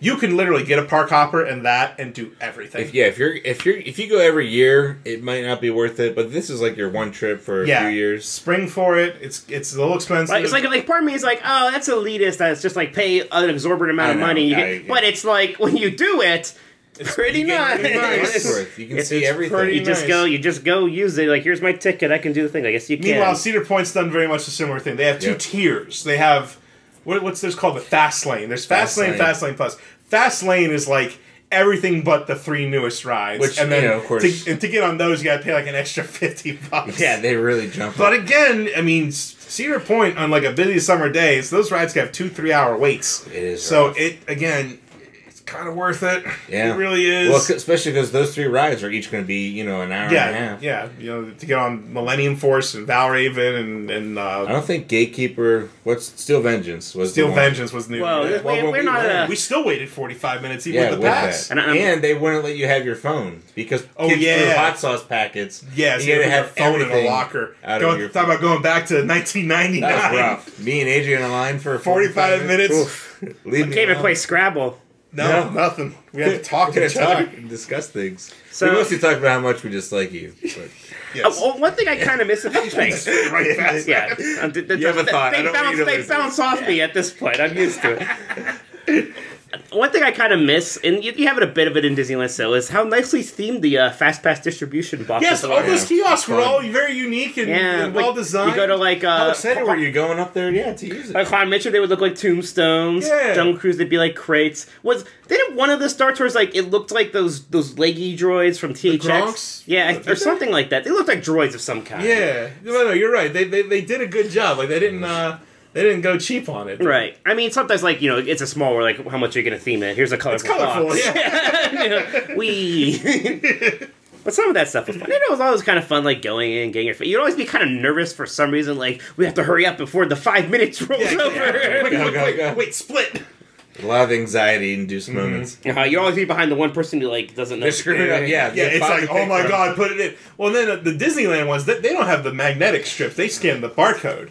You can literally get a park hopper and that, and do everything.
If, yeah, if you're if you're if you go every year, it might not be worth it. But this is like your one trip for a few years.
spring for it. It's it's a little expensive.
Like, it's like like part of me is like, oh, that's elitist. That's just like pay an exorbitant amount
I
of
know,
money. You
I-
get- But it's like when you do it, it's pretty nice.
pretty nice. *laughs*
It's worth. You can
It's-
see
it's
everything.
pretty
You just
nice.
go. You just go use it. Like here's my ticket. I can do the thing. I guess you can.
Meanwhile, Cedar Point's done very much a similar thing. They have two
Yep.
tiers. They have what, what's this called? The fast lane. There's fast,
Fast
lane,
lane.
fast lane plus. Fast lane is like everything but the three newest rides.
Which,
and then
you know, of course-
to, and to get on those, you got to pay like an extra *laughs* fifty bucks.
*laughs* yeah, they really jump.
But
But
again, I mean, S- Cedar Point on like a busy summer day, so those rides can have two, three hour waits. It
is
So
rough.
it again, it's kind of worth it.
yeah,
it really is.
Well, c- especially because those three rides are each going to be you know an hour and a
yeah,
half.
yeah. You know, to get on Millennium Force and Valraven and and uh,
I don't think Gatekeeper. What's Steel Vengeance was the
Steel
one.
Vengeance was new.
Well,
Yeah.
we,
well,
are
we
not.
went.
uh,
we still waited 45 minutes even
Yeah,
with
with
the pass.
that,
And
and,
I'm-
they wouldn't let you have your phone because
Oh,
kids
yeah.
threw hot sauce packets.
Yeah, so
you had to have
phone in
everything
a locker.
Out
Go-
of your
talk about going back to
*laughs* That
1999.
was rough. Me and Adrian in line for
45 minutes.
Oof. Leave me
Can't even
alone.
play
*laughs*
Scrabble.
*laughs* No,
No.
nothing. We had to
*laughs*
talk
We
to
had
each other.
talk and discuss things.
So-
we mostly talk about how much we dislike you. But
Uh,
Yes.
Oh,
well, one thing I kind of
*laughs*
miss about thanks.
right fast.
Yeah, Uh, th- th-
You have a
th-
thought. I
They
don't want
bounce,
you to
they
lose
bounce off me at this point. I'm used to it.
*laughs*
One thing I kind of miss, and you, you have it a bit of it in Disneyland still, is how nicely themed the uh, Fast Pass distribution boxes
Yes,
are.
all those kiosks were
Fun.
all very unique and,
yeah,
and
like,
well designed.
You go to like uh,
how excited were you going up there? Yeah, to use it.
Like Hot Mitchell, they would look like tombstones.
Yeah.
Jungle Cruise, they'd be like crates. Was didn't one of the Star Tours like it looked like those those leggy droids from THX?
Gronks?
Yeah,
Did
or
they?
something like that. They looked like droids of some kind.
yeah, no, no, you're right. They, they, they did a good job. Like they didn't uh, they didn't go cheap on it.
Right. I mean, sometimes like you know, it's a small where like how much are you gonna theme it? Here's a colorful.
colorful,
box. *laughs*
*laughs*
You know, we. *laughs* But some of that stuff was fun. You know, it was always kind of fun, like going in, getting your. Food. You'd always be kind of nervous for some reason, like we have to hurry up before the five minutes rolls
Yeah, yeah.
over.
Quick,
Go,
quick,
go,
quick.
go.
Wait, split.
A lot of
Mm-hmm.
anxiety-induced moments.
Uh, you always be behind the one person who like doesn't know.
They're screwing up.
Yeah,
Yeah, they
it's
pop
like,
the
oh
thing
my
from-
god, put it in. Well, then uh, the Disneyland ones, they, they don't have the magnetic strips. They scan the barcode.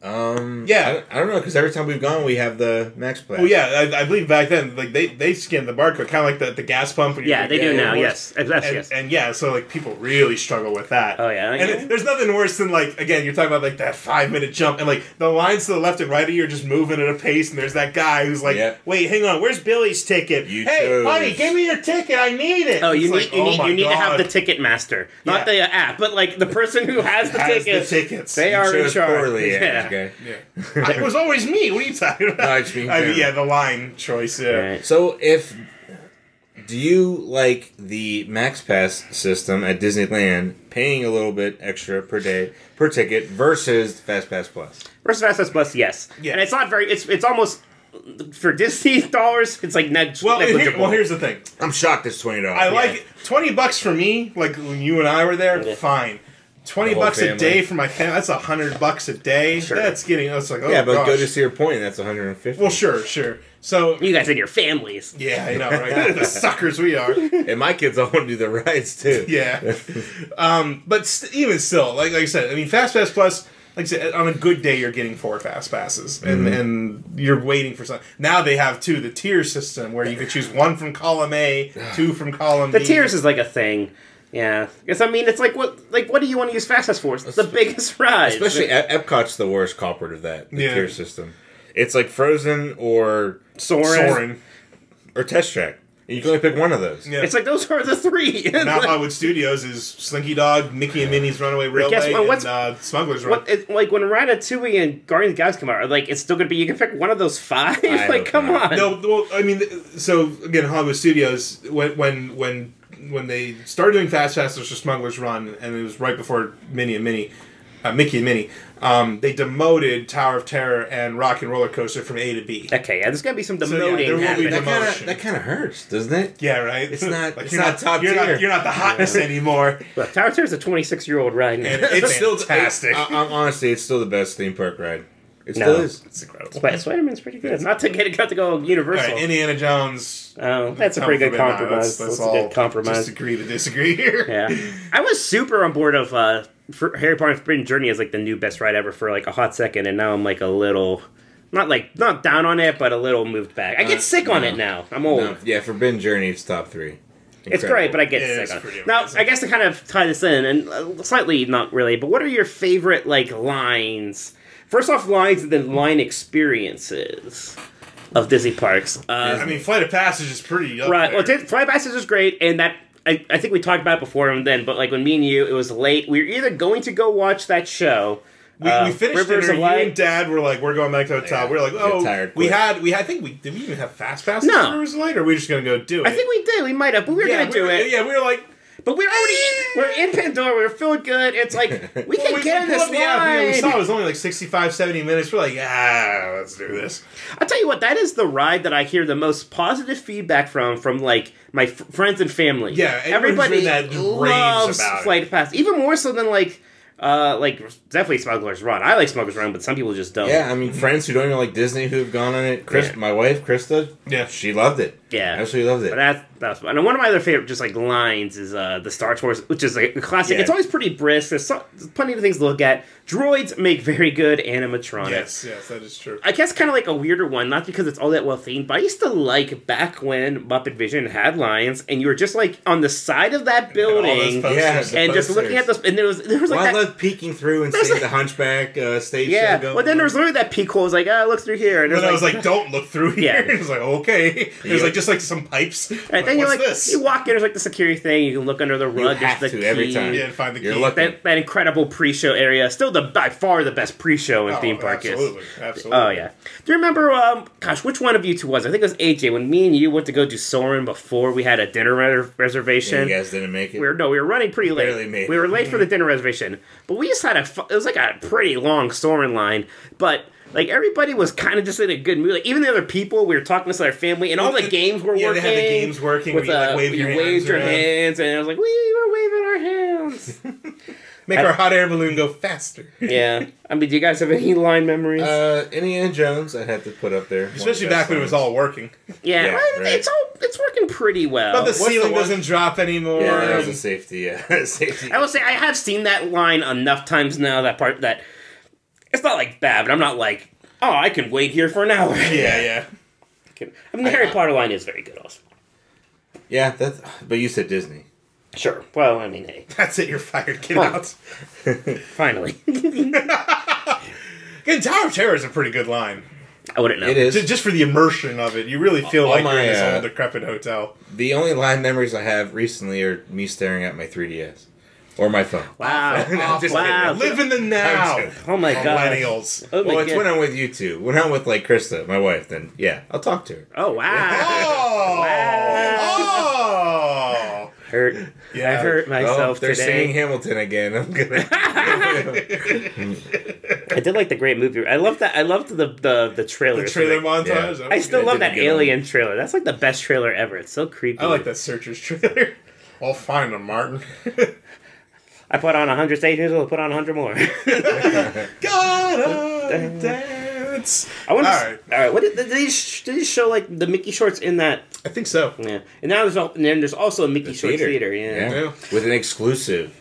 Um,
Yeah.
I don't, I don't know because every time we've gone, we have the Max Play.
Well, Oh, yeah, I, I believe back then, like they they scanned the barcode, kind of like the, the gas pump. When
Yeah,
you're-
they do
Yeah,
now.
yeah.
Yes, That's-
And,
yes.
and yeah, so like people really struggle with that.
Oh, yeah, I
and
get it.
it- there's nothing worse than like again, you're talking about like that five minute jump, and like the lines to the left and right of you are just moving at a pace, and there's that guy who's like,
Yep.
"Wait, hang on, where's Billy's ticket?
You
hey,
chose.
honey, give me your ticket, I need it."
Oh, you
It's like,
need, you
oh
need,
my
you need to have
God,
the ticket master, not
Yeah.
the app, but like the person who has the
has the
ticket.
tickets.
They are in
chose
charge. *laughs*
poorly, yeah. okay?
Yeah. it was always me. What are you talking about?
No, I just mean
I mean,
Karen.
yeah, the line choice. Yeah.
Right.
So if do you like the Max Pass system at Disneyland, paying a little bit extra per day per ticket versus Fast Pass Plus?
Versus Fast Pass Plus, yes.
Yeah.
And it's not very. It's it's almost for Disney *laughs* dollars. It's like neg-
Well, *laughs* and here,
negligible.
well, here's the thing.
I'm shocked it's twenty dollars.
I like it. twenty bucks for me. Like when you and I were there,
Yeah.
fine. Twenty
The whole
bucks a
family.
day for my family. That's a hundred bucks a day. That's getting. That's like oh
Yeah, but
gosh.
go to see your point. That's 150.
Well, sure, sure. So
you guys and your families.
yeah, I know, right?
*laughs*
the suckers we are.
and my kids all want to do the rides too.
*laughs*
Yeah. um, but st- even still, like like I said, I mean, Fast Pass Plus. Like I said, on a good day, you're getting four fast passes, and
Mm-hmm.
and you're waiting for something. Now they have too the tier system where you can choose one from column
*sighs*
A, two from column
The
B.
tears is like a thing. Yeah, because I mean, it's like what like what do you want to use Fast Pass for? It's the biggest ride.
Especially E- Epcot's the worst culprit of that. The
Yeah.
tier system. It's like Frozen or
Soarin'.
Soaring.
or Test Track. You can only pick one of those.
Yeah.
It's like those are the
*laughs*
three. *laughs*
Mount Hollywood Studios is Slinky Dog, Mickey and Minnie's Runaway Railway,
guess what? What's-
and uh, Smuggler's Run.
What it, like when Ratatouille and Guardians of the Galaxy come out, like it's still gonna be you can pick one of those five. *laughs* like
hope
come
not.
*laughs*
on,
No, well, I mean, so again, Hollywood Studios when when when when they started doing Fast Fast or Smuggler's Run, and it was right before Minnie and Minnie, uh, Mickey and Minnie. Um, they demoted Tower of Terror and Rock and Roller Coaster from A to B.
Okay, yeah, there's gonna be some
yeah,
demoting
there will be
happening.
That kind
Demotion.
of that kind of hurts, doesn't it?
Yeah, right. *laughs*
It's not- it's
you're
not top
you're
tier.
Not, you're not the hotness
*laughs*
anymore.
Look, Tower of Terror is a 26 year old ride now.
And it's
still
fantastic.
I, I'm, honestly, it's still the best theme park ride. It
No.
still is.
*laughs* it's incredible.
But Spider Man's pretty good. Not to get it got to go
All
Universal.
right, Indiana Jones.
oh, that's a
Come
pretty
from
good
it now.
compromise. That's, a good
Just
compromise.
agree to disagree here.
Yeah, I was super on board of uh, for Harry Potter and Forbidden Journey as like the new best ride ever for like a hot second, and now I'm like a little, not like not down on it, but a little moved back. I get
Uh,
sick on it now. I'm old.
No, yeah, Forbidden Journey, it's top three.
It's great, but I get
It is
sick on
pretty
it. Now,
amazing.
I guess to kind of tie this in, and uh, slightly not really, but what are your favorite like lines? First off, lines and then line experiences of Disney parks. Uh,
*laughs* I mean, Flight of Passage is pretty. Up
right.
there.
Well, Dis- Fly Passes is great, and that I, I think we talked about it before and then, but like when me and you, it was late. We were either going to go watch that show.
We,
uh,
we finished
Rivers
dinner.
of
You
Light.
and Dad were like, "We're going back to the hotel."
Yeah,
we were like,
get
"Oh,
tired
we
quick.
had we I think we did we even have fast passes
No.
for Rivers of Light, or we were just gonna go do it."
I think we did. We might have, but we were
yeah,
going to do
we,
it.
Yeah, we were like,
But we're already we're in Pandora. We're feeling good.
*laughs*
It's like we can
well, we,
get
we
in
pulled
this
up the app, yeah,
line.
we saw it was only like 65, 70 minutes. We're like, "Ah, let's do this."
I'll tell you what, that is the ride that I hear the most positive feedback from, from like my f- friends and family.
Yeah, everyone's
everybody
written that just
loves
raves about it.
Flight of Pass, even more so than like, uh, like definitely Smuggler's Run. I like Smuggler's Run, but some people just don't.
Yeah, I mean, friends who don't even like Disney who have gone on it. Chris,
Yeah.
my wife, Krista,
Yeah.
she loved it.
Yeah.
absolutely loved it.
But that's that's fun. And one of my other favorite just like lines is uh the Star Wars, which is like a classic.
Yeah.
It's always pretty brisk. There's, so, there's plenty of things to look at. Droids make very good animatronics.
Yes, yes, that is true.
I guess kind of like a weirder one, not because it's all that well themed, but I used to like back when Muppet Vision had lions, and you were just like on the side of that
all those
building and,
posters,
Yeah,
the
just
posters.
looking at this, and there was there was
well,
like
I
that.
love peeking through and
There's
seeing
a-
the Hunchback uh, stage.
Yeah,
show go
but then
on.
there was literally that peak hole. was like, ah, look through here, and it
And
was
I was
like,
like, "Don't look through here."
Yeah.
*laughs* It was like, "Okay." It was
Yeah.
like just like some pipes.
and then you're
what's
like,
this?
you walk in, there's like the security thing. You can look under the rug.
you
there's
have
the
to every
key.
time.
Yeah, find the
You're
key.
lucky.
That, that incredible pre-show area, still the by far the best pre-show in
Oh,
theme park is.
absolutely, absolutely.
Oh yeah. Do you remember? Um, gosh, which one of you two was? it? I think it was AJ when me and you went to go do Soren before we had a dinner re-
Yeah,
reservation.
you guys didn't make it.
we were no, we were running pretty late.
Barely made it.
We were late
*laughs*
for the dinner reservation, but we just had a. fu- It was like a pretty long Soren line, but. Like everybody was kind of just in a good mood. Like even the other people, we were talking to our family, and all
Well,
the
it-
games were
yeah, they
working.
had the games working
With,
where you, like,
uh,
wave your
you
hands
waved your
around.
hands, and I was like, "We were waving our hands."
Make our hot air balloon go
*laughs*
faster.
Yeah. I mean, do you guys have any line memories?
Uh, Indiana Jones, I'd have to put up there.
Especially back when it was all working.
yeah.
yeah,
Well,
right.
It's all it's working pretty
*laughs*
well.
But the Um,
the
ceiling
one-
doesn't drop anymore.
Yeah, that was
and-
a safety. Uh, *laughs* safety.
I will say I have seen that line enough times now. That part that it's not like bad, but I'm not like oh I can wait here for an hour. *laughs*
yeah, yeah.
I mean the Harry Potter line is very good also.
yeah, that's. But you said Disney.
Sure. Well, I mean, hey,
That's it. You're fired. Get
Huh.
out.
finally, *laughs*
Again, Tower of Terror is a pretty good line.
I wouldn't know.
It is
Ju- Just for the immersion of it, you really feel
All
like you're in
my,
this
uh,
old decrepit hotel.
the only line memories I have recently are me staring at my 3ds. or my phone.
Wow.
I'm *laughs* just
Wow.
kidding.
Live in the now,
I'm just-
Oh my god.
millennials.
*laughs* Oh my
well, it's
god.
when I'm with you two. When I'm with like Krista, my wife, then yeah, I'll talk to her.
oh wow.
Oh.
Wow.
Oh,
Hurt.
Yeah.
I hurt
Oh,
myself
they're saying
today.
Hamilton again. *laughs*
*laughs*
I'm gonna.
I did like the great movie. I love that. I loved the the the trailer.
the trailer montage.
Yeah.
that was
I still
good.
love
did a
that
good one.
Alien trailer. That's like the best trailer ever. It's so creepy.
I like that Searchers trailer. *laughs* I'll find them, Martin.
I put on hundred stations. I'll put on hundred more. *laughs*
Gotta dance.
I want.
All right.
All right. What did, did they? sh- Did they show like the Mickey shorts in that?
I think so.
Yeah. And now there's all, and then there's also a Mickey shorts theater. Yeah.
Yeah.
with an exclusive.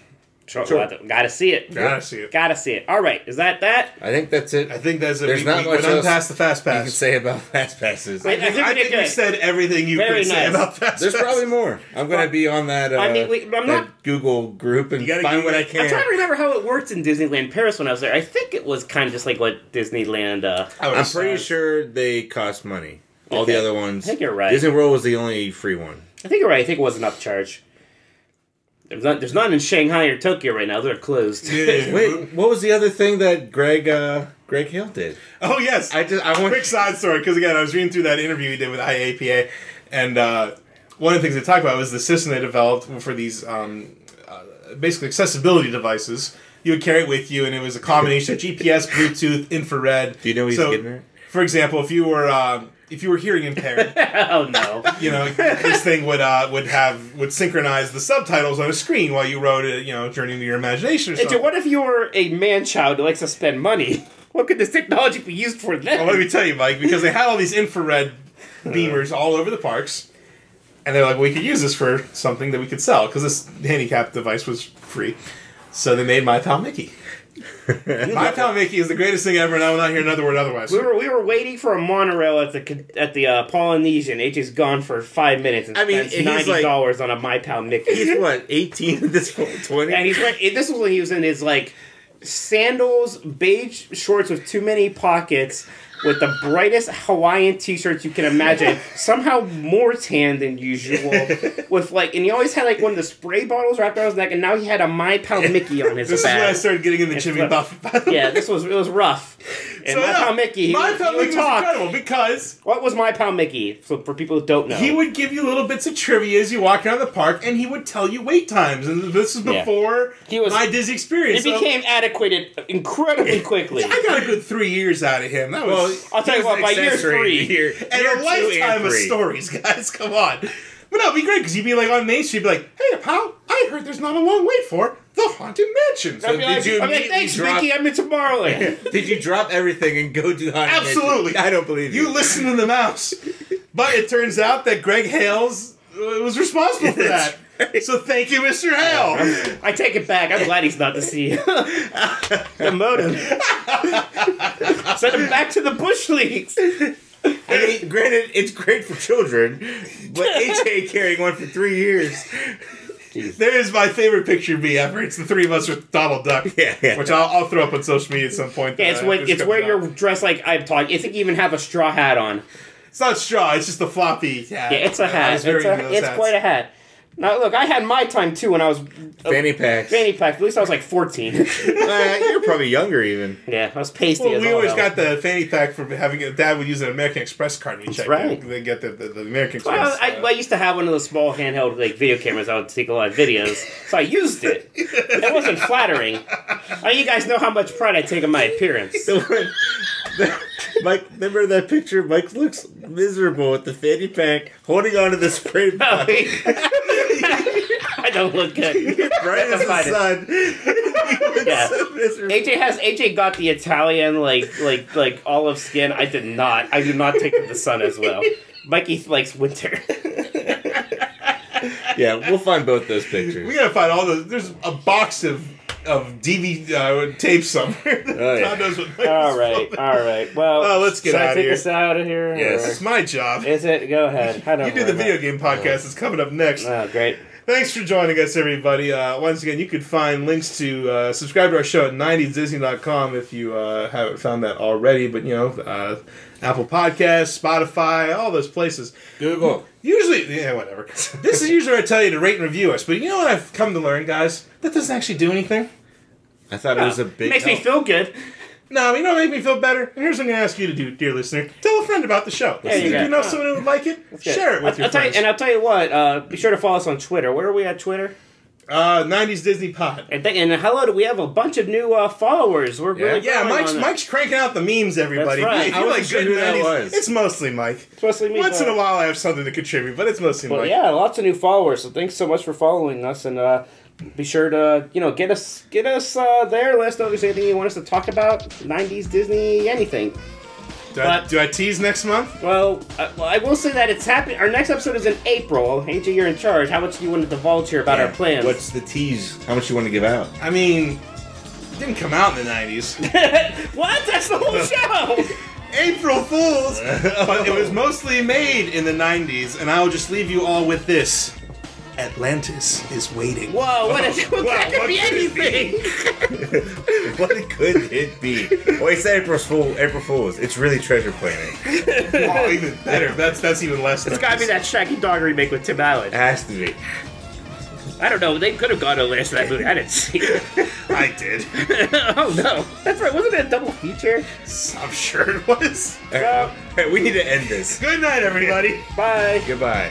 Sure,
Sure.
well, Gotta see it.
Gotta see it.
Gotta see it. All right. Is that that?
I think that's it.
I think that's it.
There's
we,
not
we
much
went on
else
past the fast
you can
pass.
say about *laughs* fast passes.
I, I think,
I
we
think
did
we
good.
said everything you
Very
could say
nice.
about fast
There's
pass.
probably more. I'm gonna be on that. Uh,
I mean, wait, but I'm
that
not-
Google group and
gotta
find
Google
what I
it.
can.
I'm trying to remember how it worked in Disneyland Paris when I was there. I think it was kind of just like what Disneyland. Uh,
I was
I'm pretty
sad.
sure they cost money. All
Okay.
the other ones.
I think you're right.
Disney World was the only free one.
I think you're right. I think it was an upcharge. There's not. There's none in Shanghai or Tokyo right now. They're closed. *laughs*
Yeah.
Wait, what was the other thing that Greg uh, Greg Hill did?
Oh yes.
I just I want
quick side story because again, I was reading through that interview he did with IAPA, and uh, one of the things they talked about was the system they developed for these um, uh, basically accessibility devices. You would carry it with you, and it was a combination of GPS, Bluetooth, infrared.
Do you know what he's getting at?
For example, if you were um, if you were hearing impaired,
oh no.
you know this thing would uh, would have would synchronize the subtitles on a screen while you wrote it. You know, journey into your imagination. Or
Hey, Joe,
something.
what if you were a man child who likes to spend money? *laughs* What could this technology be used for then?
Well, let me tell you, Mike, because they had all these infrared beamers all over the parks, and they're like, we could use this for something that we could sell because this handicap device was free. So they made My Pal
*laughs*
Mickey. My Pal Mickey is the greatest thing ever, and I will not hear another word otherwise.
we were we were waiting for a monorail at the con- at the uh, Polynesian. AJ's gone for five minutes and
I mean,
spends
he's
ninety
like-
dollars on a my pal Mickey.
He's what, 18 at this point? 20?
*laughs* and he's wearing, this was when he was in his like sandals, beige shorts with too many pockets, with the brightest Hawaiian t-shirts you can imagine. Somehow more tan than usual. With like, and he always had like one of the spray bottles wrapped around his neck, and now he had a my pal Mickey on his
this is when
back.
I started getting in the
It's
Jimmy *laughs*
rough.
Buffett.
yeah, this was it was rough. And my pal Mickey, he,
My
would-
Pal Mickey
he would
was
talk.
incredible because
What was my pal Mickey? So for people who don't know,
he would give you little bits of trivia as you walk around the park, and he would tell you wait times. And this is
Yeah.
before
He was-
my Disney
it
experience. so
became adequate
*laughs*
incredibly quickly.
I got a good three years out of him. That was
I'll tell you what, by year three-
and a lifetime of stories, *laughs* guys. Come on. But no, it'd be great because you'd be like on Main Street, you'd be like, "Hey, pal, I heard there's not a long wait for the haunted mansion."
I'd
So
be
did
like,
you
I'd be like,
immediately
thanks,
drop-
Mickey. I'm in
*laughs*
Tomorrowland.
Did you drop everything and go do Haunted Mansion?
Absolutely.
I don't believe you.
you listen to the mouse. But it turns out that Greg Hales uh, was responsible for that. So thank you, Mr. Hale.
I take it back. I'm glad he's not the CEO. *laughs*
*laughs*
the modem. Send him back to the bush leagues.
I mean, granted, it's great for children,
*laughs*
but AJ carrying one for three years.
There is my favorite picture of me ever. It's the three of us with Donald Duck,
*laughs* Yeah, yeah.
which I'll, I'll throw up on social media at some point.
Yeah, it's
Uh,
when it's where
coming
you're
up.
dressed like I'm talking. I think you even have a straw hat on.
It's not straw. It's just a floppy hat.
Yeah, it's a
I
hat.
was
It's,
very into
a,
those
it's
hats.
quite a hat. Now look, I had my time too when I was a
Fanny packs.
fanny pack. At least I was like *laughs* 14.
Uh, you're probably younger even.
yeah, I was pasty.
Well,
as
we
all
always
hell.
got the fanny pack for having it. Dad would use an American Express card when he checked.
right.
They get the, the, the American Express.
Well, I,
uh, *laughs*
well, I used to have one of those small handheld like video cameras. I would take a lot of videos, so I used it. It wasn't flattering. Oh, you guys know how much pride I take in
*laughs*
my appearance. *laughs*
The one, Mike, remember that picture? Mike looks miserable with the fanny pack, holding onto
*laughs*
the spray
Oh,
bottle.
wait. I don't look good.
Right as the
Find it.
sun.
*laughs*
He looks
Yeah.
so miserable.
AJ has AJ got the Italian like like like olive skin. I did not. I do not take to the sun as well. Mikey
*laughs*
likes winter.
Yeah, we'll find both those pictures.
we gotta find all those. There's a box of of DVD uh, tapes somewhere. *laughs*
Oh, yeah.
God knows what.
All
*laughs*
right, all right. Well,
Oh, let's get
should I
outta
take
here.
us out of here.
Yes.
It's my job.
Or is it? Go ahead. I don't
You do the
remember.
video game podcast. It's coming up next.
Oh, great.
Thanks for joining us, everybody. Uh, once again, you could find links to uh, subscribe to our show at 90disney.com if you uh, haven't found that already. But, you know, uh, Apple Podcasts, Spotify, all those places.
Google.
Usually, yeah, whatever. This is usually where I tell you to rate and review us. But you know what I've come to learn, guys? That doesn't actually do anything.
I thought it was a big.
Makes me
help.
feel good.
No, you know what make me feel better? And here's what I'm going to ask you to do, dear listener. Tell a friend about the show.
There you
If
go.
you know someone who would like it, share it with
I'll,
your
I'll tell you,
friends.
and I'll tell you what. Uh, be sure to follow us on Twitter. Where are we at Twitter?
uh, 90s Disney Pod.
And, th- and hello, to- we have a bunch of new uh, followers. We're really
Yeah,
growing
Mike's
on that.
Mike's cranking out the memes, everybody.
That's right.
If
I
you
wasn't
like
sure
good
who that
90s,
was.
it's mostly Mike.
It's mostly me,
Once in
but-
a while, I have something to contribute, but it's mostly
But
Mike.
yeah, lots of new followers. So thanks so much for following us, and uh, be sure to you know get us get us uh, there. Let us know if there's anything you want us to talk about. '90s Disney, anything.
Do, I,
but-
do I tease next month?
Well, uh, well, I will say that it's happening. Our next episode is in April. AJ, you're in charge. How much do you want to divulge here about our plans?
What's the tease? How much you want to give out?
I mean, it didn't come out in the 90s.
what? That's
*laughs*
the whole show.
April *laughs* Fools! but it was mostly made in the 90s, and I'll just leave you all with this Atlantis is waiting.
Whoa! What? Is, what
Wow,
that could
what
be
could it be?
anything.
*laughs* what could it be? Oh, it's April Fool. April Fools. It's really Treasure Planet. It
Oh, even better. That's that's even less.
It's gotta be that Shaggy Dog remake with Tim Allen.
has to be. *laughs*
I don't know. They could have gone to last that movie. I didn't see it. *laughs*
I did. *laughs*
oh no! That's right. Wasn't it a double feature?
I'm sure it was.
All *laughs* right, all right, we need to end this.
Good night, everybody.
Bye.
Goodbye.